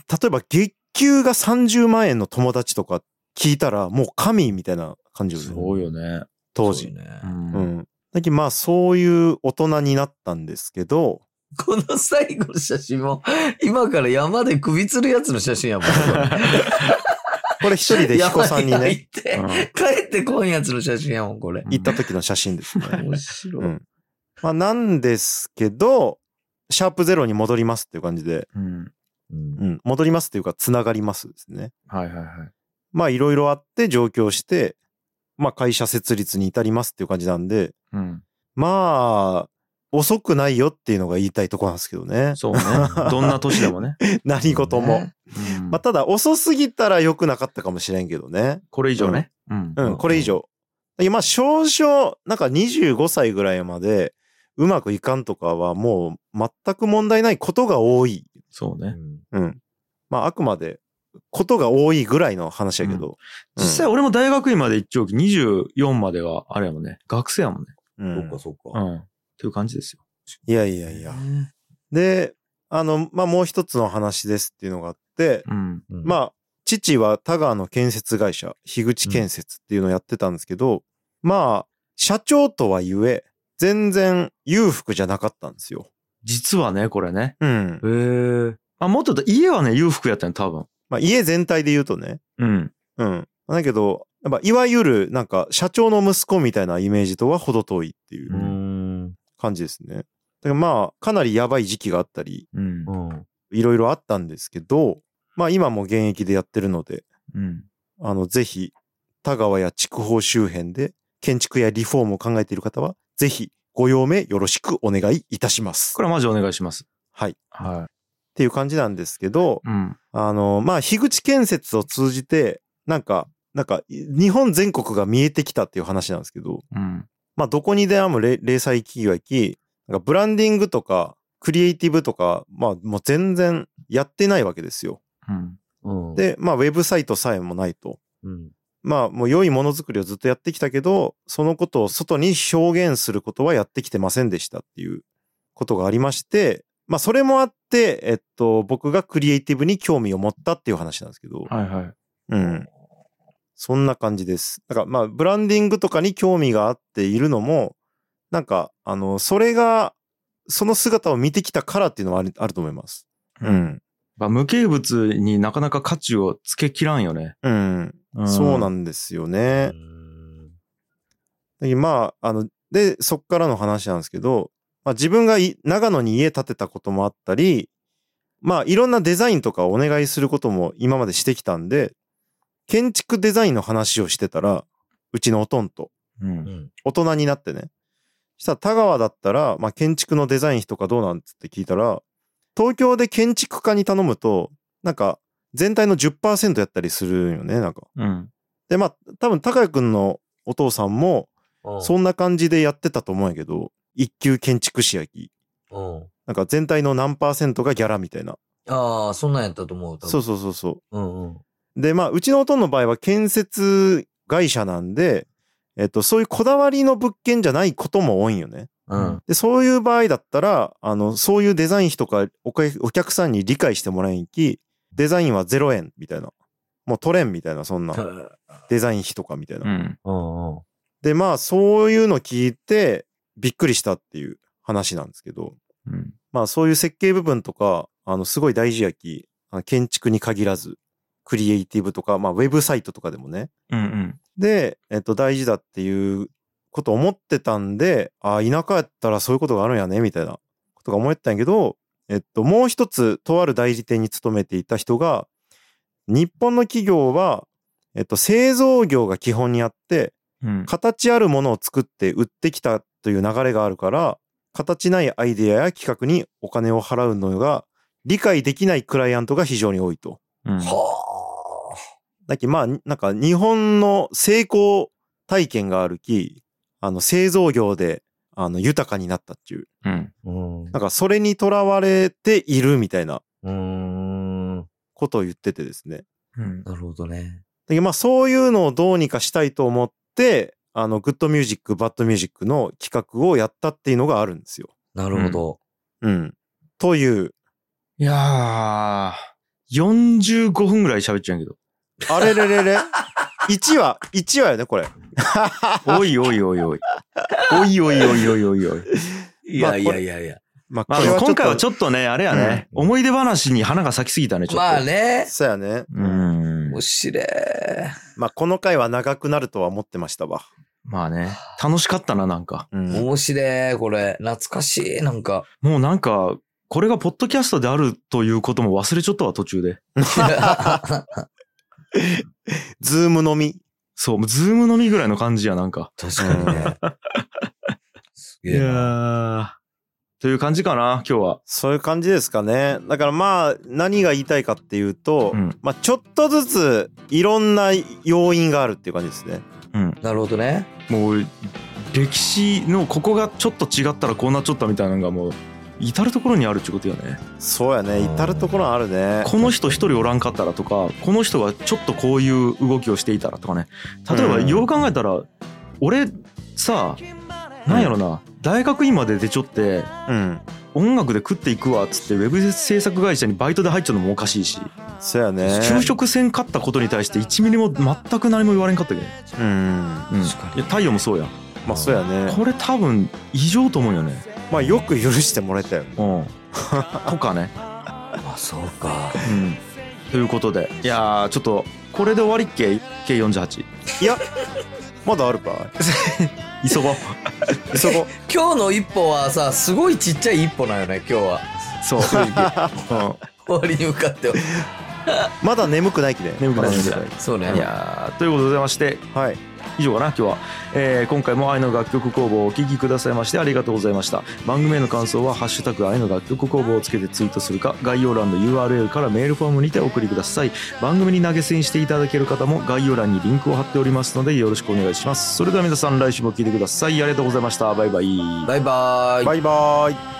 Speaker 2: 例えば月給が30万円の友達とか聞いたら、もう神みたいな感じよね。
Speaker 1: よね。
Speaker 2: 当
Speaker 3: そう
Speaker 2: 時。
Speaker 3: ね
Speaker 1: うん
Speaker 2: うん。だけどまあそういう大人になったんですけど、
Speaker 3: この最後の写真も、今から山で首吊るやつの写真やもん。
Speaker 2: これ一人 で彦さんに
Speaker 3: 山入
Speaker 2: ね、
Speaker 3: って、
Speaker 2: うん
Speaker 3: 帰ってこんやつの写真やもん、これ。
Speaker 2: 行った時の写真ですね。
Speaker 3: 面白い。
Speaker 2: うんまあなんですけど、シャープゼロに戻りますっていう感じで、
Speaker 1: うん。
Speaker 3: うん
Speaker 2: うん、戻りますっていうか、つながりますですね。
Speaker 1: はいはいはい。
Speaker 2: まあいろいろあって上京して、まあ会社設立に至りますっていう感じなんで、
Speaker 1: うん。
Speaker 2: まあ、遅くないよっていうのが言いたいとこなんですけどね。
Speaker 1: そうね。どんな年でもね。
Speaker 2: 何事も。
Speaker 3: ね
Speaker 1: うん
Speaker 2: まあただ遅すぎたら良くなかったかもしれんけどね。
Speaker 1: これ以上ね。うん
Speaker 2: う
Speaker 3: うん
Speaker 2: ん、これ以上。いやまあ少々、なんか25歳ぐらいまでうまくいかんとかはもう全く問題ないことが多い
Speaker 1: そう
Speaker 3: う
Speaker 1: ね。
Speaker 3: ん
Speaker 2: うん。まあ、あくまで、ことが多いぐらいの話やけど。
Speaker 1: 実際俺も大学院まで一丁期24まではあれやもんね。学生やもんね。
Speaker 2: うん、
Speaker 3: そっ
Speaker 2: う
Speaker 3: か
Speaker 2: ん
Speaker 3: そっ
Speaker 1: う
Speaker 3: か。
Speaker 1: ん。っていう感じですよ。
Speaker 2: いやいやいや。
Speaker 3: ね
Speaker 2: で、あの、まあ、もう一つの話ですっていうのがあって、
Speaker 1: うん。
Speaker 2: ま
Speaker 3: あ、
Speaker 2: あ、父は田川の建設会社、樋口建設っていうのをやってたんですけど、まあ、社長とはゆえ、全然裕福じゃなかったんですよ。
Speaker 1: 実はね、これね。
Speaker 2: うん。
Speaker 3: へえ。
Speaker 1: あ、もっと言うと家はね、裕福やったん多分。
Speaker 2: まあ、家全体で言うとね。
Speaker 1: うん。
Speaker 2: うん。だけど、やっぱ、いわゆる、なんか、社長の息子みたいなイメージとは程遠いっていう。
Speaker 1: う
Speaker 3: うん。
Speaker 2: 感じですね。だからまあかなりやばい時期があったり
Speaker 1: うん。
Speaker 2: いろいろあったんですけどまあ今も現役でやってるので
Speaker 1: うん。
Speaker 2: あのぜひ田川や筑豊周辺で建築やリフォームを考えている方はぜひご用命よろしくお願いいたします。
Speaker 1: これはマジお願いします。
Speaker 2: はい。っ
Speaker 1: は
Speaker 2: ていう感じなんですけど
Speaker 1: い。うん。
Speaker 2: あのまあ樋口建設を通じてなんかなんか日本全国が見えてきたっていう話なんですけど
Speaker 1: うん。
Speaker 2: まあ、どこにでもれ零細企業やき、なんかブランディングとか、クリエイティブとか、まあ、もう全然やってないわけですよ。
Speaker 1: うん。
Speaker 3: うん、
Speaker 2: で、まあ、ウェブサイトさえもないと。
Speaker 3: うん、
Speaker 2: まあ、もう良いものづくりをずっとやってきたけど、そのことを外に表現することはやってきてませんでしたっていうことがありまして、まあ、それもあって、えっと、僕がクリエイティブに興味を持ったっていう話なんですけど。
Speaker 1: はいはい。
Speaker 2: うん。そんな感じです。だからまあ、ブランディングとかに興味があっているのも、なんか、あの、それが、その姿を見てきたからっていうのはあるあると思います。うん。
Speaker 1: まあ無形物になかなか価値をつけきらんよね。
Speaker 2: うん。そうなんんですよね。でまあ、あの、で、そっからの話なんですけど、まあ自分がい長野に家建てたこともあったり、まあいろんなデザインとかお願いすることも今までしてきたんで、建築デザインの話をしてたら、うちのおとんと、
Speaker 1: うん。
Speaker 2: 大人になってね。したら田川だったら、まあ、建築のデザイン費とかどうなんつって聞いたら、東京で建築家に頼むと、なんか全体の10%やったりするよね、なんか。
Speaker 1: うん。
Speaker 2: で、まあ、多分高谷くんのお父さんも、そんな感じでやってたと思うんやけど、一級建築士やき。
Speaker 3: うん、うん、
Speaker 2: なんか全体の何パーセントがギャラみたいな。
Speaker 3: ああ、そんなんやったと思う。多分
Speaker 2: そうそうそうそう。
Speaker 3: うんうん。
Speaker 2: で、まあ、うちのおとんの場合は建設会社なんで、えっと、そういうこだわりの物件じゃないことも多いんよね。
Speaker 3: うん。
Speaker 2: で、そういう場合だったら、あの、そういうデザイン費とかおかお客さんに理解してもらえんき、デザインは0円みたいな。もう取れんみたいな、そんな。デザイン費とかみたいな。
Speaker 1: うん。
Speaker 3: うん。
Speaker 2: で、まあ、そういうの聞いて、びっくりしたっていう話なんですけど、
Speaker 1: うん。
Speaker 2: まあ、そういう設計部分とか、あの、すごい大事やき、あの建築に限らず、クリエイティブとか、まあ、ウェブサイトとかでもね、
Speaker 1: うん。
Speaker 2: で、えっと、大事だっていうこと思ってたんで、ああ、田舎やったらそういうことがあるんやね、みたいなことが思ってたんやけど、えっと、もう一つ、とある代理店に勤めていた人が、日本の企業は、えっと、製造業が基本にあって、
Speaker 1: うん。
Speaker 2: 形あるものを作って売ってきたという流れがあるから、形ないアイデアや企画にお金を払うのが理解できないクライアントが非常に多いと。
Speaker 1: うん
Speaker 3: は
Speaker 2: だきまあ、なんか日本の成功体験があるき、あの製造業であの豊かになったっていう、
Speaker 1: うん
Speaker 3: あ。うん。
Speaker 2: なんかそれにとらわれているみたいな
Speaker 3: うん。な
Speaker 2: ことを言っててですね。
Speaker 1: うん
Speaker 3: るほどね。
Speaker 2: でまあそういうのをどうにかしたいと思って、あのグッドミュージック、バッドミュージックの企画をやったっていうのがあるんですよ。
Speaker 3: なるほど。
Speaker 2: うん。という、
Speaker 1: いやー、45分ぐらい喋っちゃうんやけど。
Speaker 2: あれれれれ ?1 話、1話よね、これ。
Speaker 1: おいおいおいおい。おいおいおいおいおいおい。
Speaker 3: いやいやいやいや。
Speaker 2: まあ、
Speaker 1: まあ、でも今回はち
Speaker 2: ょっ
Speaker 1: ょっとね、あれやね、
Speaker 3: うん
Speaker 1: 思い出話に花が咲きすぎたね、ちょっと。
Speaker 3: まあ。ね。
Speaker 2: そうやね。
Speaker 1: うん。
Speaker 3: 面白い。
Speaker 2: まあ、この回は長くなるとは思ってましたわ。
Speaker 1: まあね。楽しかったな、なんか。
Speaker 2: うん
Speaker 3: 面白い。これ。懐かしい。なんか。
Speaker 1: もうなんか、これがポッドキャストであるということも忘れちゃったわ、途中で。
Speaker 3: 確
Speaker 2: ズームのみ。
Speaker 1: そう、もうズームのみぐらいの感じや、なんか。
Speaker 3: かにね。 す
Speaker 1: い
Speaker 3: げえな。
Speaker 1: ー。という感じかな、今日は。
Speaker 2: そういう感じですかね。だからまあ、何が言いたいかっていうと、
Speaker 1: うん
Speaker 2: まあ、ちょっとずついろんな要因があるっていう感じですね。
Speaker 1: うん。
Speaker 3: なるほどね。
Speaker 1: もう、歴史のここがちょっと違ったらこうなっちゃったみたいなのがもう、至る所にあるってことよね。
Speaker 2: そうやね。至るところあるね。
Speaker 1: この人一人おらんかったらとかこの人がちょっとこういう動きをしていたらとかね例えば
Speaker 2: うん
Speaker 1: よう考えたら俺さなんやろな大学院まで出ちょって
Speaker 2: うん。
Speaker 1: 音楽で食っていくわっつってウェブ制作会社にバイトで入っちゃうのもおかしいし
Speaker 2: そうやね。
Speaker 1: 就職せんかったことに対して1ミリも全く何も言われんかったけど、
Speaker 2: うん。ま
Speaker 1: うん、い
Speaker 3: 確かに
Speaker 1: や太陽もそうや
Speaker 2: あ、そうやね。
Speaker 1: これ多分異常と思うよね
Speaker 2: まあ、よく許してもらえたよね。
Speaker 1: うん とかね
Speaker 3: あ、そうか。
Speaker 1: うんということでいやーちょっとこれで終わりっけ K48
Speaker 2: いや、まだあるか
Speaker 1: 急ごう
Speaker 2: いそこ。
Speaker 3: 今日の一歩はさ、すごいちっちゃい一歩なんよね、今日は。
Speaker 1: そう。
Speaker 3: 終わりに向かっては。
Speaker 2: まだ眠くないきね。
Speaker 1: 眠くない
Speaker 2: まだ
Speaker 1: 眠くない
Speaker 3: そうね。
Speaker 1: いやーということでございまして、
Speaker 2: はい。
Speaker 1: 以上かな、今日は。えー今回も愛の楽曲工房をお聴きくださいましてありがとうございました。番組への感想は、ハッシュタグ愛の楽曲工房をつけてツイートするか、概要欄の URL からメールフォームにてお送りください。番組に投げ銭していただける方も概要欄にリンクを貼っておりますので、よろしくお願いします。それでは皆さん、来週も聴いてください。ありがとうございました。バイバイ。
Speaker 3: バイバーイ。
Speaker 2: バイバーイ。